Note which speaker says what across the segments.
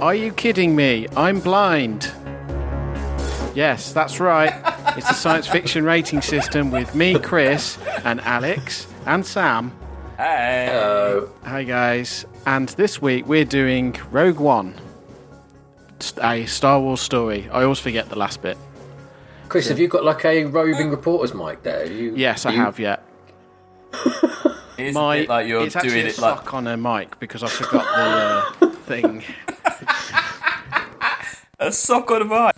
Speaker 1: Are you kidding me? I'm blind. Yes, that's right. It's the science fiction rating system with me, Chris, and Alex, and Sam.
Speaker 2: Um, Uh,
Speaker 1: Hi, guys. And this week we're doing Rogue One, It's a Star Wars story. I always forget the last bit.
Speaker 3: Chris, have you got like a roving reporter's mic there? You,
Speaker 1: Yes, I
Speaker 3: you-
Speaker 1: have, yeah.
Speaker 2: It's
Speaker 1: My,
Speaker 2: a bit like you're
Speaker 1: it's actually
Speaker 2: doing
Speaker 1: a
Speaker 2: it like.
Speaker 1: sock on a mic because I forgot the uh, thing.
Speaker 2: A sock on a mic.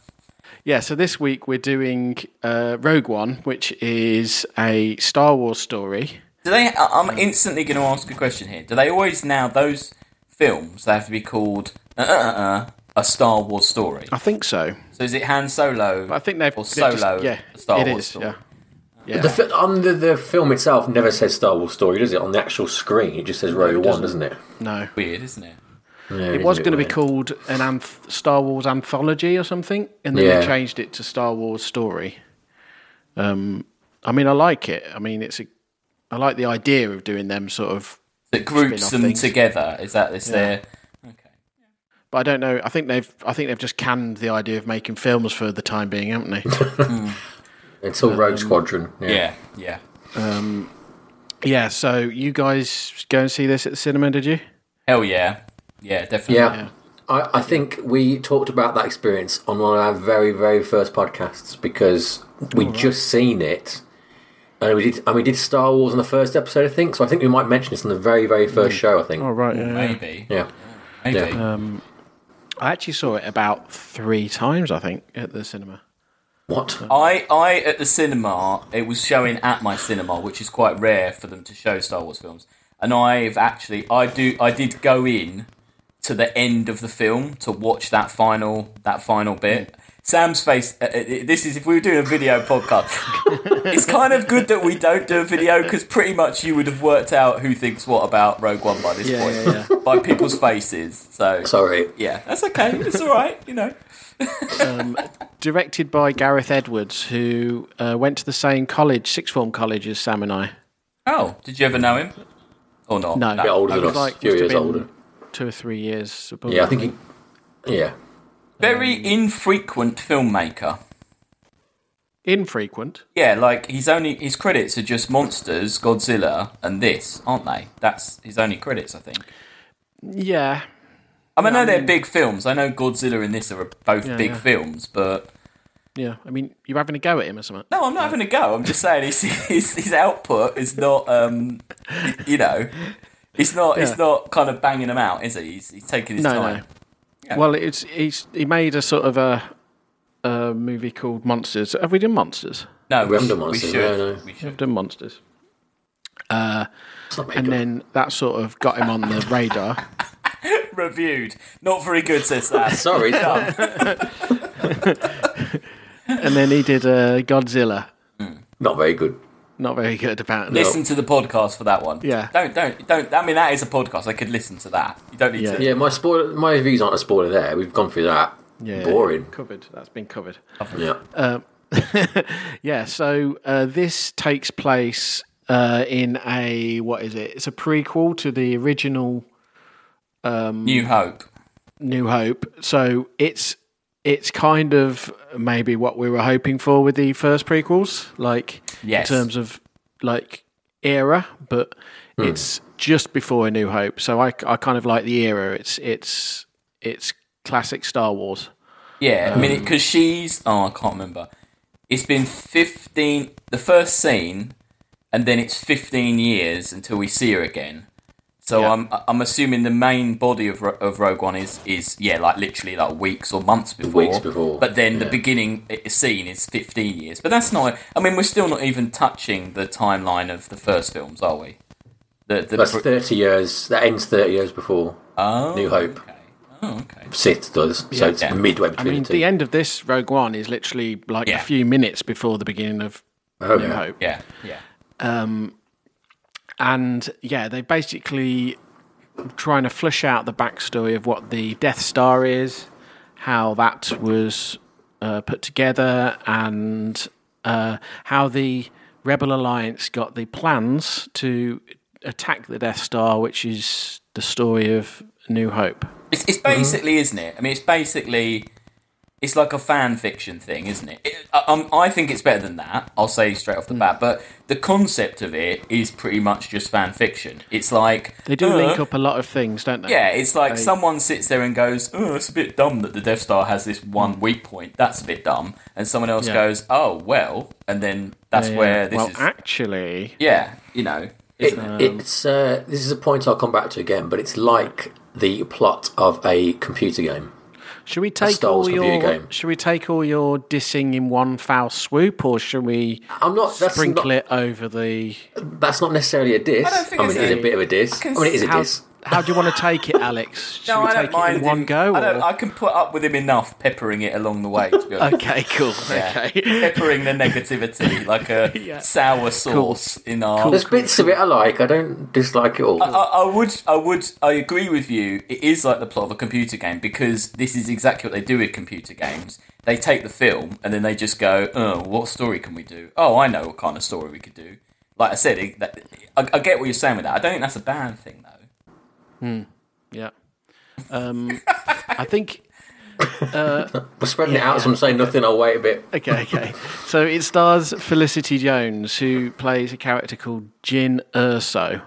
Speaker 1: Yeah, so this week we're doing uh, Rogue One, which is a Star Wars story.
Speaker 2: Do they? I- I'm instantly going to ask a question here. Do they always now those films they have to be called uh, uh, uh, uh, a Star Wars story?
Speaker 1: I think so.
Speaker 2: So is it Han Solo?
Speaker 1: I think they've
Speaker 2: or
Speaker 1: they've just-
Speaker 2: Solo.
Speaker 1: yeah,
Speaker 2: a Star
Speaker 1: it
Speaker 2: Wars
Speaker 1: is,
Speaker 2: story.
Speaker 1: yeah.
Speaker 3: The, fi- on the, the film itself never says Star Wars story, does it? On the actual screen, it just says Rogue One, doesn't it?
Speaker 1: No,
Speaker 2: Weird, isn't it?
Speaker 1: it was going to be called an anth- Star Wars anthology or something, and then they
Speaker 3: Yeah.
Speaker 1: changed it to Star Wars story. Um, I mean, I like it. I mean, it's a, I like the idea of doing them sort of,
Speaker 2: That groups
Speaker 1: Spin-off
Speaker 2: them
Speaker 1: things.
Speaker 2: together. Is that this there? Okay.
Speaker 1: but I don't know. I think they've, I think they've just canned the idea of making films for the time being, haven't they?
Speaker 3: until Rogue Squadron.
Speaker 2: Yeah, yeah.
Speaker 1: yeah. So you guys go and see this at the cinema, did you?
Speaker 2: Hell yeah, yeah, definitely.
Speaker 3: Yeah. I, I think we talked about that experience on one of our very, very first podcasts because we'd just seen it. And we did, and we did Star Wars on the first episode, I think. So I think we might mention this on the very, very first show. I think.
Speaker 1: Oh right. yeah, yeah.
Speaker 2: Maybe,
Speaker 3: Yeah,
Speaker 2: maybe.
Speaker 3: Yeah.
Speaker 1: I actually saw it about three times, I think, at the cinema.
Speaker 3: What? Oh,
Speaker 2: I, I at the cinema, it was showing at my cinema, which is quite rare for them to show Star Wars films. And I've actually, I do, I did go in to the end of the film to watch that final, that final bit. Sam's face. Uh, uh, this is if we were doing a video podcast. it's kind of good that we don't do a video because pretty much you would have worked out who thinks what about Rogue One by this
Speaker 1: Yeah,
Speaker 2: point
Speaker 1: yeah,
Speaker 2: by people's faces. So
Speaker 3: Sorry.
Speaker 2: yeah, that's okay. It's all right. You know.
Speaker 1: Directed by Gareth Edwards, who uh, went to the same college, sixth form college as Sam and I.
Speaker 2: Oh, did you ever know him? Or not?
Speaker 1: No,
Speaker 3: bit older
Speaker 1: I
Speaker 3: than
Speaker 1: was
Speaker 3: us, few
Speaker 1: must have
Speaker 3: years
Speaker 1: been
Speaker 3: older.
Speaker 1: two or three years. Above.
Speaker 3: Yeah, I think he. Yeah.
Speaker 2: Very infrequent filmmaker.
Speaker 1: infrequent.
Speaker 2: Yeah, like he's only his credits are just Monsters, Godzilla, and this, aren't they? That's his only credits, I think.
Speaker 1: Yeah,
Speaker 2: I mean, I know they're big films. I know Godzilla and this are both big
Speaker 1: yeah.
Speaker 2: films, but
Speaker 1: yeah. I mean, you're having a go at him or something.
Speaker 2: no, I'm not having a go. I'm just saying his his, his output is not, um, you know, it's not
Speaker 1: Yeah.
Speaker 2: it's not kind of banging them out, is he? He's, he's taking his
Speaker 1: No,
Speaker 2: time.
Speaker 1: no. Well, it's he's he made a sort of a, a movie called Monsters. Have we done Monsters?
Speaker 2: No, we,
Speaker 3: haven't done
Speaker 2: sh- we
Speaker 3: Monsters,
Speaker 2: should.
Speaker 3: no, no.
Speaker 2: We
Speaker 1: We've
Speaker 2: should.
Speaker 1: done Monsters,
Speaker 3: It's not very
Speaker 1: and
Speaker 3: good.
Speaker 1: then that sort of got him on the radar.
Speaker 2: Reviewed. Not very good, says that.
Speaker 3: Sorry. it's not-
Speaker 1: And then he did uh, Godzilla.
Speaker 3: not very good.
Speaker 1: Not very good, apparently.
Speaker 2: Listen to the podcast for that one.
Speaker 1: Yeah.
Speaker 2: Don't don't don't. I mean, that is a podcast. I could listen to that. You don't need
Speaker 1: Yeah.
Speaker 2: to.
Speaker 3: Yeah, my spoiler, my reviews aren't a spoiler. There, we've gone through that.
Speaker 1: Yeah, Um,
Speaker 3: Boring.
Speaker 1: Covered. That's been covered.
Speaker 3: Yeah.
Speaker 1: Yeah, so uh, this takes place uh, in a what is it? It's a prequel to the original
Speaker 2: New Hope.
Speaker 1: New Hope. So it's it's kind of maybe what we were hoping for with the first prequels, like
Speaker 2: Yes.
Speaker 1: in terms of like era, but it's just before a New Hope. So I, I kind of like the era. It's it's it's classic Star Wars.
Speaker 2: Yeah. I
Speaker 3: Um,
Speaker 2: mean, because she's. Oh, I can't remember. It's been fifteen. The first scene, and then it's fifteen years until we see her again. So
Speaker 1: Yeah.
Speaker 2: I'm I'm assuming the main body of Ro- of Rogue One is is yeah like literally like weeks or months before.
Speaker 3: Weeks before,
Speaker 2: But then the beginning i- scene is 15 years. But that's not. I mean, we're still not even touching the timeline of the first films, are we? The, the
Speaker 3: That's
Speaker 2: pr-
Speaker 3: thirty years. That ends thirty years before
Speaker 2: oh,
Speaker 3: New Hope.
Speaker 2: Okay. Oh, okay.
Speaker 3: Sith does. so it's
Speaker 2: yeah.
Speaker 3: midway
Speaker 1: I
Speaker 3: between
Speaker 1: mean,
Speaker 3: the
Speaker 1: the
Speaker 3: two.
Speaker 1: end of this Rogue One is literally like
Speaker 2: Yeah.
Speaker 1: a few minutes before the beginning of
Speaker 3: Oh,
Speaker 1: New
Speaker 3: yeah.
Speaker 1: Hope.
Speaker 2: Yeah, yeah.
Speaker 1: and yeah, they basically trying to flesh out the backstory of what the Death Star is, how that was uh, put together, and uh, how the Rebel Alliance got the plans to attack the Death Star, which is the story of New Hope.
Speaker 2: It's, it's
Speaker 1: Mm-hmm.
Speaker 2: basically, isn't it? I mean, it's basically, it's like a fan fiction thing, isn't it? it I, um, I think it's better than that. I'll say straight
Speaker 1: Mm.
Speaker 2: off the bat. But the concept of it is pretty much just fan fiction. It's like
Speaker 1: They do
Speaker 2: uh,
Speaker 1: link up a lot of things, don't they?
Speaker 2: Yeah, it's like
Speaker 1: They-
Speaker 2: someone sits there and goes, "Oh, it's a bit dumb that the Death Star has this one weak point. That's a bit dumb." And someone else
Speaker 1: Mm. Yeah.
Speaker 2: goes, "Oh, well," and then that's
Speaker 1: Yeah.
Speaker 2: where this
Speaker 1: Uh, well,
Speaker 2: is.
Speaker 1: actually,
Speaker 2: yeah, you know,
Speaker 3: It,
Speaker 2: isn't
Speaker 1: um,
Speaker 2: it?
Speaker 3: it's uh, this is a point I'll come back to again, but it's like the plot of a computer game.
Speaker 1: should we take
Speaker 3: Star Wars
Speaker 1: all your
Speaker 3: computer game.
Speaker 1: should we take all your dissing in one foul swoop, or should we
Speaker 3: I'm not. That's
Speaker 1: sprinkle
Speaker 3: not,
Speaker 1: it over the?
Speaker 3: That's not necessarily a diss. I,
Speaker 2: don't think
Speaker 3: mean,
Speaker 2: it's
Speaker 3: it is
Speaker 2: a-
Speaker 3: a bit of a diss. I mean, it is a
Speaker 1: How,
Speaker 3: diss.
Speaker 1: how do you want to take it, Alex? Should
Speaker 2: No,
Speaker 1: we
Speaker 2: I
Speaker 1: take
Speaker 2: don't mind
Speaker 1: it in one
Speaker 2: him.
Speaker 1: go?
Speaker 2: I, don't,
Speaker 1: or-
Speaker 2: I can put up with him enough, peppering it along the way. To be honest.
Speaker 1: Okay, cool.
Speaker 2: Yeah.
Speaker 1: Okay.
Speaker 2: peppering the negativity like a
Speaker 1: Yeah.
Speaker 2: sour sauce in our.
Speaker 3: There's bits of it I like. I don't dislike it all.
Speaker 2: I, I would, I would, I agree with you. It is like the plot of a computer game because this is exactly what they do with computer games. They take the film and then they just go, "Oh, what story can we do? Oh, I know what kind of story we could do." Like I said, it, that, I, I get what you're saying with that. I don't think that's a bad thing though.
Speaker 1: yeah. Um, I think
Speaker 3: We're spreading it out, so I'm saying nothing. I'll wait a bit.
Speaker 1: Okay, okay. so it stars Felicity Jones, who plays a character called Jin Urso,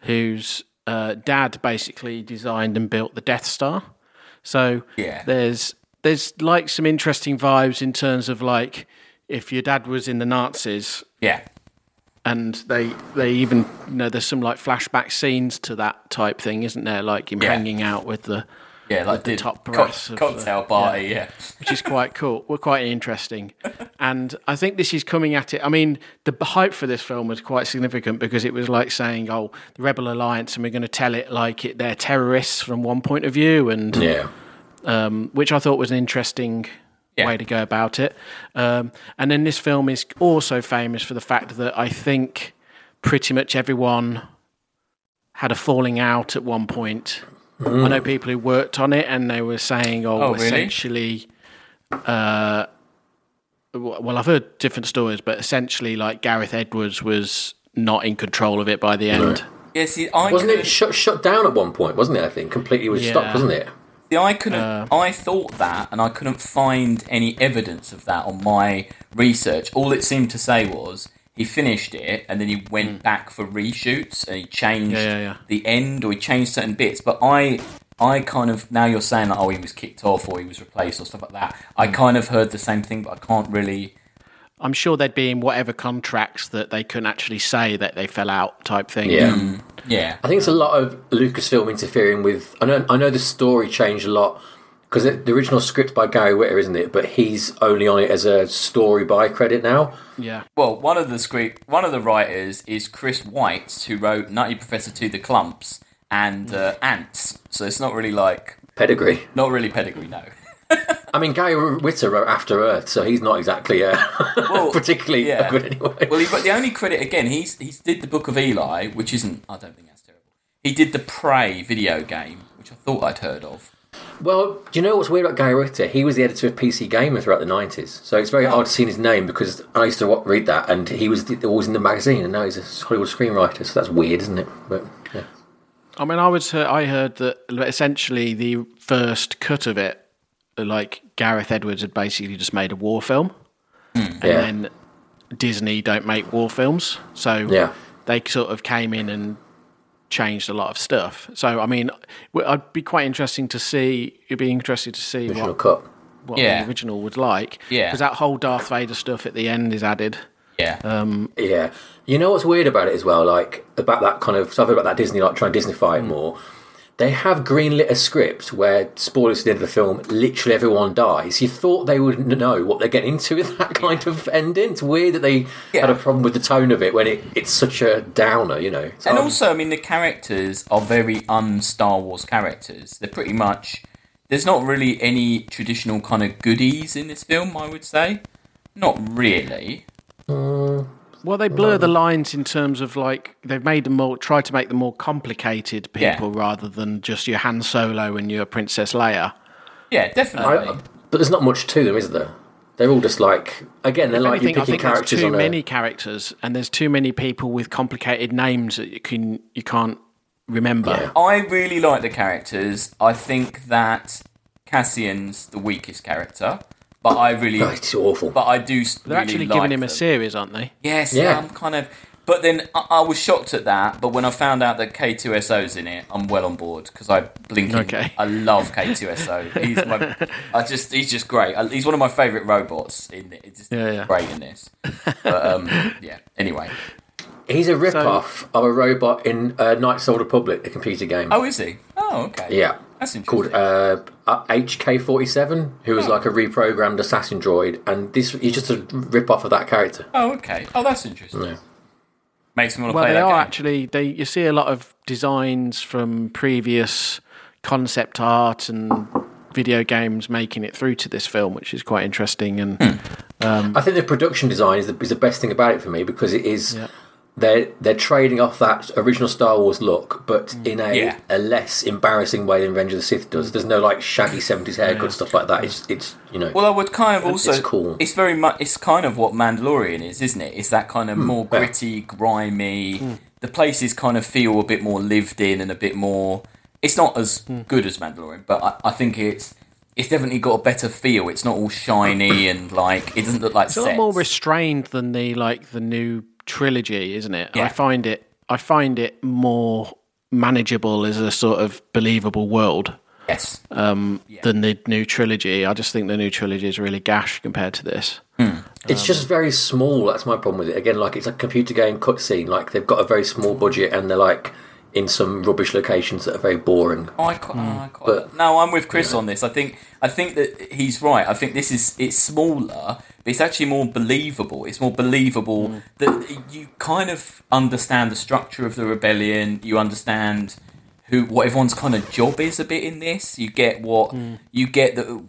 Speaker 1: whose uh, dad basically designed and built the Death Star. So
Speaker 2: Yeah.
Speaker 1: there's there's like some interesting vibes in terms of like if your dad was in the Nazis
Speaker 2: Yeah,
Speaker 1: and they they even you know there's some like flashback scenes to that type thing, isn't there? Like him
Speaker 2: Yeah.
Speaker 1: hanging out with the
Speaker 2: yeah, like the,
Speaker 1: top
Speaker 2: cock-
Speaker 1: brass of the-
Speaker 2: cocktail party. Yeah.
Speaker 1: which is quite cool. Well, quite interesting. And I think this is coming at it. I mean, the b- hype for this film was quite significant because it was like saying, oh, the Rebel Alliance, and we're going to tell it like it, they're terrorists from one point of view, and
Speaker 3: Yeah.
Speaker 1: which I thought was an interesting
Speaker 2: Yeah.
Speaker 1: way to go about it. Um, and then this film is also famous for the fact that I think pretty much everyone had a falling out at one point. I know people who worked on it and they were saying, oh,
Speaker 2: Oh, really?
Speaker 1: essentially. Uh, w- well, I've heard different stories, but essentially, like Gareth Edwards was not in control of it by the end.
Speaker 2: Yeah, see, I
Speaker 3: Wasn't
Speaker 2: couldn't,
Speaker 3: it shut shut down at one point? Wasn't it? I think completely was
Speaker 1: Yeah.
Speaker 3: stopped. Wasn't it?
Speaker 2: see, I couldn't.
Speaker 1: Uh.
Speaker 2: I thought that, and I couldn't find any evidence of that on my research. All it seemed to say was he finished it, and then he went back for reshoots, and he changed
Speaker 1: Hmm. Yeah, yeah, yeah.
Speaker 2: the end, or he changed certain bits. But I, I kind of now you're saying that oh he was kicked off, or he was replaced, or stuff like that. I
Speaker 1: Hmm.
Speaker 2: kind of heard the same thing, but I can't really.
Speaker 1: I'm sure they'd be in whatever contracts that they couldn't actually say that they fell out type thing.
Speaker 3: Yeah.
Speaker 2: Mm. Yeah,
Speaker 3: I think it's a lot of Lucasfilm interfering with. I know. I know the story changed a lot because the original script by Gary Witter, isn't it? But he's only on it as a story by credit now.
Speaker 1: Yeah.
Speaker 2: Well, one of the script, one of the writers is Chris White, who wrote Nutty Professor to the Clumps
Speaker 1: Hmm.
Speaker 2: and uh, Ants. So it's not really like,
Speaker 3: Pedigree.
Speaker 2: not really pedigree, no.
Speaker 3: I mean, Gary Witter wrote After Earth, so he's not exactly uh,
Speaker 2: Well,
Speaker 3: particularly
Speaker 2: yeah.
Speaker 3: good anyway.
Speaker 2: Well, he, but the only credit again, he's he's did the Book of Eli, which isn't, I don't think that's terrible. He did the Prey video game, which I thought I'd heard of.
Speaker 3: Well, do you know what's weird about Guy Ritter? He was the editor of PC Gamer throughout the 90s. So it's very hard to see his name because I used to wa- read that and he was the, always in the magazine and now he's a Hollywood screenwriter. So that's weird, isn't it? But, yeah.
Speaker 1: I mean, I was heard, I heard that essentially the first cut of it, like Gareth Edwards had basically just made a war film, and
Speaker 3: Yeah.
Speaker 1: then Disney don't make war films, so
Speaker 3: Yeah.
Speaker 1: they sort of came in and changed a lot of stuff. So I mean, w- I'd be quite interesting to see. It'd be interesting to see
Speaker 3: Original
Speaker 1: what,
Speaker 3: cut.
Speaker 1: what
Speaker 2: Yeah.
Speaker 1: the original was like.
Speaker 2: Yeah.
Speaker 1: because that whole Darth Vader stuff at the end is added.
Speaker 2: Yeah,
Speaker 3: Yeah. You know what's weird about it as well? Like, about that kind of stuff about that Disney, like trying to Disneyfy
Speaker 1: Hmm.
Speaker 3: it more. They have greenlit a script where, spoilers to the end of the film, literally everyone dies. You thought they would n- know what they're getting into with that kind of ending. It's weird that they
Speaker 2: Yeah.
Speaker 3: had a problem with the tone of it when it, it's such a downer, you know. It's
Speaker 2: and
Speaker 3: hard-
Speaker 2: also, I mean, the characters are very un-Star Wars characters. They're pretty much. There's not really any traditional kind of goodies in this film, I would say. Not really.
Speaker 1: Well, they blur the lines in terms of like they've made them more, tried to make them more complicated
Speaker 2: Yeah.
Speaker 1: people rather than just your Han Solo and your Princess Leia.
Speaker 2: Yeah, definitely.
Speaker 3: I- but there's not much to them, is there? They're all just like again, they're
Speaker 1: If
Speaker 3: like you're
Speaker 1: anything, I
Speaker 3: picking
Speaker 1: think there's
Speaker 3: characters
Speaker 1: too
Speaker 3: on
Speaker 1: many characters, and there's too many people with complicated names that you can you can't remember.
Speaker 3: Yeah.
Speaker 2: I really like the characters. I think that Cassian's the weakest character, but I really,
Speaker 3: Oh, it's awful.
Speaker 2: but I do. s-
Speaker 1: They're
Speaker 2: really
Speaker 1: actually
Speaker 2: like
Speaker 1: giving him a
Speaker 2: them.
Speaker 1: series, aren't they?
Speaker 2: Yes,
Speaker 3: Yeah.
Speaker 2: I'm kind of. But then I, I was shocked at that. But when I found out that K2SO's in it, I'm well on board because I blinking.
Speaker 1: Okay.
Speaker 2: I love K2SO. he's my. I just he's just great. I, he's one of my favourite robots in it. It's just
Speaker 1: Yeah, yeah.
Speaker 2: great in this. But um, yeah. Anyway.
Speaker 3: He's a rip-off of a robot in uh, Knights of the Old Republic, the computer game.
Speaker 2: Oh, is he? Oh, okay.
Speaker 3: yeah.
Speaker 2: That's interesting.
Speaker 3: Called uh, HK47, who was like a reprogrammed assassin droid, and this he's just a rip-off of that character.
Speaker 2: oh, okay. Oh, that's interesting. Makes me want to
Speaker 1: Well,
Speaker 2: play
Speaker 1: they
Speaker 2: that
Speaker 1: are
Speaker 2: game.
Speaker 1: actually. They you see a lot of designs from previous concept art and video games making it through to this film, which is quite interesting. And
Speaker 3: I think the production design is the, is the best thing about it for me because it is they're they're trading off that original Star Wars look, but in a,
Speaker 2: Yeah.
Speaker 3: a less embarrassing way than Revenge of the Sith does. There's no like shaggy seventies haircut stuff like that. It's it's you know
Speaker 2: Well, I would kind of also.
Speaker 3: it's cool.
Speaker 2: It's very much. It's kind of what Mandalorian is, isn't it? It's that kind of more
Speaker 3: Hmm, yeah.
Speaker 2: gritty, grimy.
Speaker 1: Hmm.
Speaker 2: The places kind of feel a bit more lived in and a bit more. It's not as
Speaker 1: Hmm.
Speaker 2: good as Mandalorian, but I, I think it's it's definitely got a better feel. It's not all shiny and like it doesn't look like
Speaker 1: it's a
Speaker 2: sets.
Speaker 1: lot more restrained than the like the new trilogy, isn't it?
Speaker 2: Yeah.
Speaker 1: I find it. I find it more manageable as a sort of believable world
Speaker 2: yes.
Speaker 1: than the new trilogy. I just think the new trilogy is really gash compared to this.
Speaker 3: it's just very small. That's my problem with it. Again, like it's a computer game cutscene. Like they've got a very small budget and they're like in some rubbish locations that are very boring.
Speaker 2: I quite, I quite- no, I'm with Chris on this. I think I think that he's right. I think this is it's smaller, but it's actually more believable. It's more believable that you kind of understand the structure of the rebellion. You understand who what everyone's kind of job is a bit in this. You get what you get the,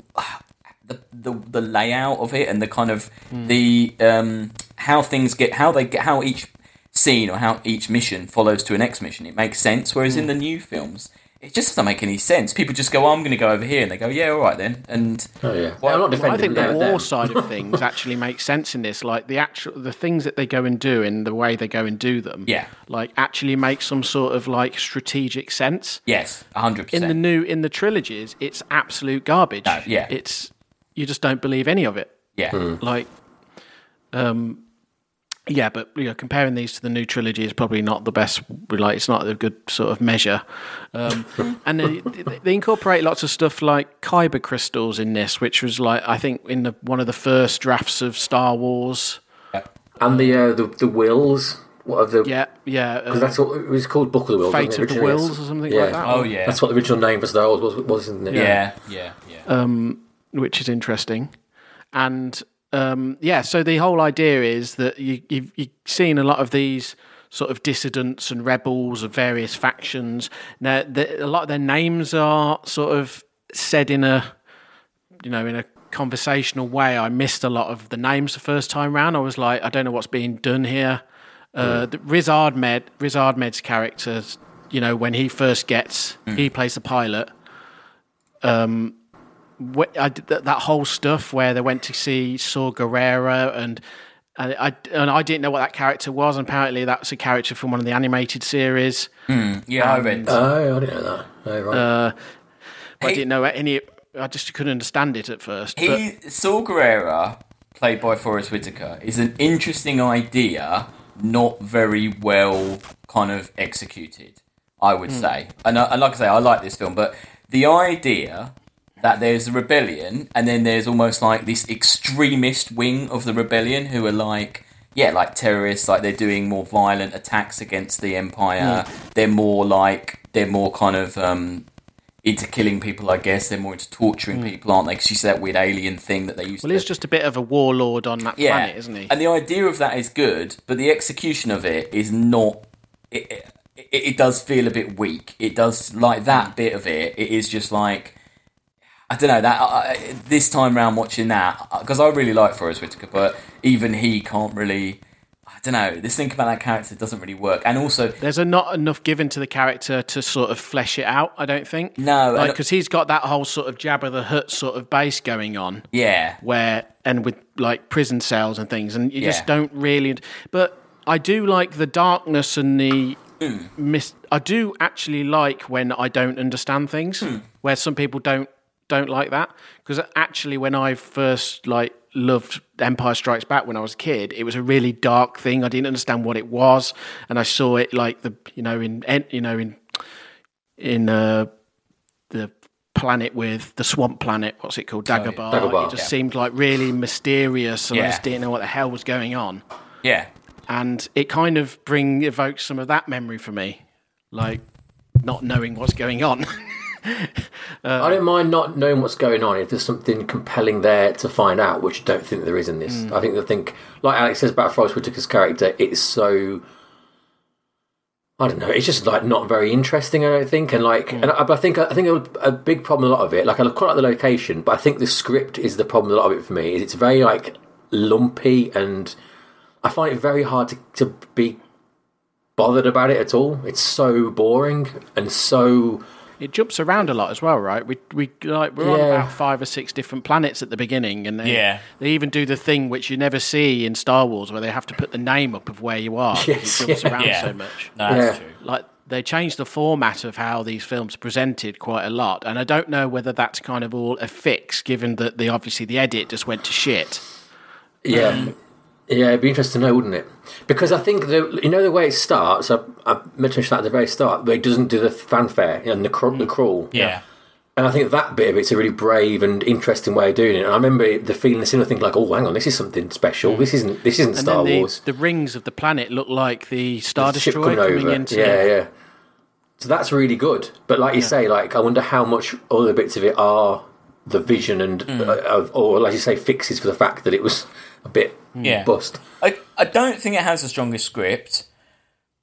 Speaker 2: the the the layout of it and the kind of the um how things get how they get how each scene or how each mission follows to an next mission. It makes sense. Whereas
Speaker 1: Hmm.
Speaker 2: in the new films, it just doesn't make any sense. People just go, oh, "I'm going to go over here," and they go, "Yeah, all right then." And
Speaker 3: Oh yeah,
Speaker 2: Well,
Speaker 3: I'm not
Speaker 1: Well, I
Speaker 3: defending
Speaker 1: think the
Speaker 3: them,
Speaker 1: war
Speaker 3: them.
Speaker 1: side of things actually makes sense in this. Like the actual the things that they go and do and the way they go and do them.
Speaker 2: Yeah.
Speaker 1: Like actually make some sort of like strategic sense.
Speaker 2: yes, hundred
Speaker 1: In the
Speaker 2: percent.
Speaker 1: new in the trilogies, it's absolute garbage.
Speaker 2: No, yeah.
Speaker 1: It's you just don't believe any of it.
Speaker 2: Yeah,
Speaker 1: Like um yeah, but you know, comparing these to the new trilogy is probably not the best. Like, it's not a good sort of measure. Um, and they, they incorporate lots of stuff like kyber crystals in this, which was like I think in the, one of the first drafts of Star Wars.
Speaker 3: and the uh, the the wills. What are the?
Speaker 1: Yeah, yeah. uh,
Speaker 3: That's what it was called. Book of the Wills.
Speaker 1: Fate
Speaker 3: wasn't it,
Speaker 1: of the
Speaker 3: originally?
Speaker 1: Wills or something
Speaker 3: Yeah.
Speaker 1: like that.
Speaker 2: Oh yeah,
Speaker 3: That's what the original name for Star Wars was, was isn't it?
Speaker 2: yeah, yeah, yeah.
Speaker 1: Uh, which is interesting. And um, yeah, so the whole idea is that you, you've, you've seen a lot of these sort of dissidents and rebels of various factions. Now, the, a lot of their names are sort of said in a, you know, in a conversational way. I missed a lot of the names the first time round. I was like, I don't know what's being done here. Uh, the Riz Ahmed, Riz Ahmed's character, you know, when he first gets, he plays the pilot wh- I did that, that whole stuff where they went to see Saw Gerrera and and I and I didn't know what that character was. And apparently, that's a character from one of the animated series.
Speaker 2: yeah, I read.
Speaker 3: Oh, I didn't know that. Oh,
Speaker 1: Uh,
Speaker 3: right.
Speaker 1: But I didn't know any. I just couldn't understand it at first. but-
Speaker 2: He Saul Guerrera, played by Forrest Whitaker, is an interesting idea, not very well kind of executed, I would say. And, I- and like I say, I like this film, but the idea that there's a rebellion and then there's almost like this extremist wing of the rebellion who are like yeah like terrorists like they're doing more violent attacks against the empire they're more like they're more kind of um into killing people, I guess. They're more into torturing people, aren't they? Because you see that weird alien thing that they used
Speaker 1: well,
Speaker 2: to
Speaker 1: he's just a bit of a warlord on that
Speaker 2: yeah.
Speaker 1: planet, isn't he?
Speaker 2: And the idea of that is good, but the execution of it is not. It, it, it does feel a bit weak. It does like that bit of it. It is just like I don't know that I, I, this time round watching that because I really like Forrest Whitaker, but even he can't really. I don't know. This thing about that character doesn't really work, and also
Speaker 1: There's a not enough given to the character to sort of flesh it out. I don't think.
Speaker 2: No, and-
Speaker 1: because he's got that whole sort of Jabba the Hutt sort of base going on.
Speaker 2: yeah,
Speaker 1: where and with like prison cells and things and you
Speaker 2: Yeah.
Speaker 1: just don't really but i do like the darkness and the mis- I do actually like when I don't understand things, where some people don't don't like that. Because actually, when I first like loved Empire Strikes Back when I was a kid, it was a really dark thing. I didn't understand what it was, and I saw it like the you know in en- you know in in uh, the planet with the swamp planet. What's it called? Dagobah.
Speaker 3: Dagobah.
Speaker 1: It just seemed like really mysterious, and I
Speaker 2: Yeah.
Speaker 1: just didn't know what the hell was going on
Speaker 2: Yeah.
Speaker 1: and it kind of bring evokes some of that memory for me, like not knowing what's going on.
Speaker 3: I don't mind not knowing what's going on if there's something compelling there to find out, which I don't think there is in this. I think I think like Alex says about Forrest Whitaker's character, it's so I don't know. It's just like not very interesting. I don't think, and like, and I, but I think I think a, a big problem with a lot of it. Like I quite like the location, but I think the script is the problem. with A lot of it for me is it's very like lumpy, and I find it very hard to, to be bothered about it at all. It's so boring and so
Speaker 1: it jumps around a lot as well, right? We we like we're on
Speaker 3: Yeah.
Speaker 1: about five or six different planets at the beginning, and they,
Speaker 2: Yeah.
Speaker 1: they even do the thing which you never see in Star Wars, where they have to put the name up of where you are. 'cause
Speaker 3: Yes,
Speaker 1: it jumps
Speaker 3: yeah.
Speaker 1: around
Speaker 2: Yeah.
Speaker 1: so much.
Speaker 2: No, that's
Speaker 3: Yeah.
Speaker 2: true.
Speaker 1: like they changed the format of how these films are presented quite a lot and i don't know whether that's kind of all a fix given that the obviously the edit just went to shit
Speaker 3: Yeah,
Speaker 1: Um,
Speaker 3: yeah, it'd be interesting to know, wouldn't it? Because I think the you know the way it starts. I, I meant to mention that at the very start, but it doesn't do the fanfare and the, cr-
Speaker 1: Mm.
Speaker 3: the crawl.
Speaker 2: Yeah.
Speaker 3: and I think that bit of it's a really brave and interesting way of doing it. And I remember it- the feeling, the similar thing, like, oh, hang on, this is something special. This isn't this isn't
Speaker 1: Mm. and
Speaker 3: Star
Speaker 1: then the,
Speaker 3: Wars.
Speaker 1: the rings of the planet look like the star
Speaker 3: ship
Speaker 1: destroyer coming, into
Speaker 3: yeah, yeah. So that's really good. But like you say, like I wonder how much other bits of it are the vision and
Speaker 1: Mm.
Speaker 3: uh, of, or like you say, fixes for the fact that it was a bit
Speaker 2: Yeah.
Speaker 3: bust.
Speaker 2: I, I don't think it has the strongest script,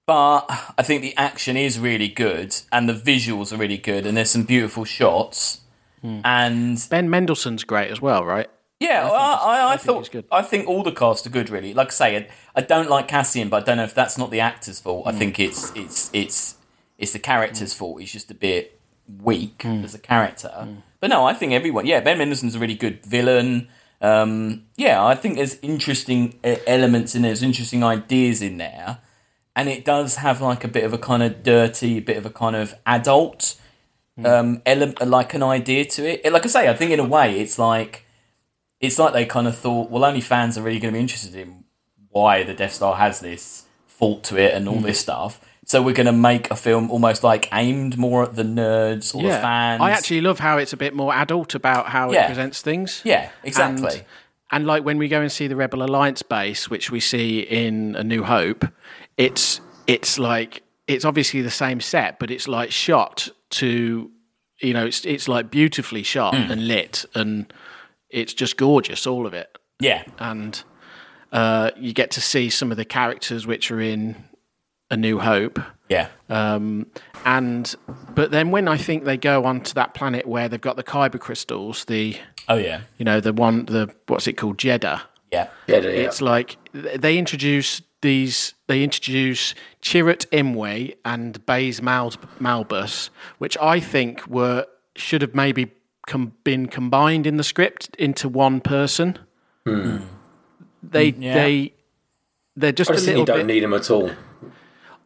Speaker 2: but I think the action is really good and the visuals are really good and there's some beautiful shots. And
Speaker 1: ben mendelsohn's great as well right
Speaker 2: yeah, I, I, I,
Speaker 1: it's
Speaker 2: thought
Speaker 1: good.
Speaker 2: I think all the cast are good really. Like I say, I, I don't like Cassian, but I don't know if that's not the actor's fault. I think it's it's it's it's the character's fault. He's just a bit weak as a character. But no, I think everyone. Yeah, Ben Mendelsohn's a really good villain. Um, yeah, I think there's interesting uh, elements in there. There's interesting ideas in there, and it does have like a bit of a kind of dirty, bit of a kind of adult
Speaker 1: Hmm.
Speaker 2: um, element, like an idea to it. And Like I say, I think in a way, it's like it's like they kind of thought, well, only fans are really going to be interested in why the Death Star has this fault to it and
Speaker 1: Hmm.
Speaker 2: all this stuff. So we're going to make a film almost like aimed more at the nerds or the fans.
Speaker 1: i actually love how it's a bit more adult about how it
Speaker 2: Yeah.
Speaker 1: presents things
Speaker 2: yeah, exactly.
Speaker 1: And, and like when we go and see the Rebel Alliance base, which we see in A New Hope, it's it's like it's obviously the same set, but it's like shot to you know it's it's like beautifully shot and lit, and it's just gorgeous, all of it.
Speaker 2: yeah,
Speaker 1: And uh, you get to see some of the characters which are in A New Hope.
Speaker 2: yeah,
Speaker 1: Uh, And but then when I think they go onto that planet where they've got the kyber crystals, the
Speaker 2: oh yeah,
Speaker 1: you know the one the what's it called Jeddah.
Speaker 2: yeah,
Speaker 3: Yeah, yeah, yeah.
Speaker 1: It's like th- they introduce these. They introduce Chirrut Imwe and Bays Mal- Malbus, which I think were should have maybe com- been combined in the script into one person. They they they're just
Speaker 3: Hmm. I
Speaker 1: a
Speaker 3: just think
Speaker 1: little
Speaker 3: you
Speaker 1: bit.
Speaker 3: don't need them at all.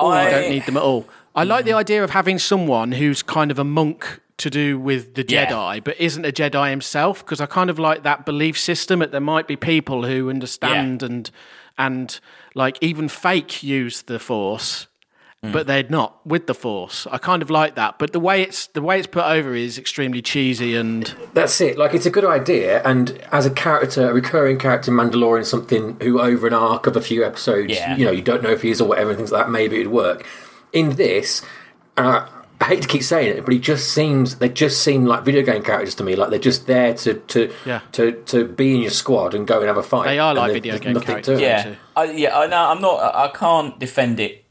Speaker 1: I don't need them at all. I like the idea of having someone who's kind of a monk to do with the
Speaker 2: Yeah.
Speaker 1: Jedi, but isn't a Jedi himself, because I kind of like that belief system that there might be people who understand and and like even fake use the Force, but they're not with the Force. I kind of like that, but the way it's the way it's put over is extremely cheesy and
Speaker 3: That's it. Like it's a good idea, and as a character, a recurring character, in Mandalorian, something who over an arc of a few episodes,
Speaker 2: Yeah.
Speaker 3: you know, you don't know if he is or whatever, and things like that. Maybe it'd work. In this, uh, I hate to keep saying it, but he just seems they just seem like video game characters to me. Like they're just there to to
Speaker 1: Yeah.
Speaker 3: to, to be in your squad and go and have a fight.
Speaker 1: They are
Speaker 3: And
Speaker 1: like
Speaker 3: there-
Speaker 1: video
Speaker 3: there's
Speaker 1: game
Speaker 3: nothing to
Speaker 1: characters.
Speaker 3: it.
Speaker 1: too.
Speaker 2: yeah. I, yeah, I know. I'm not. I I can't defend it.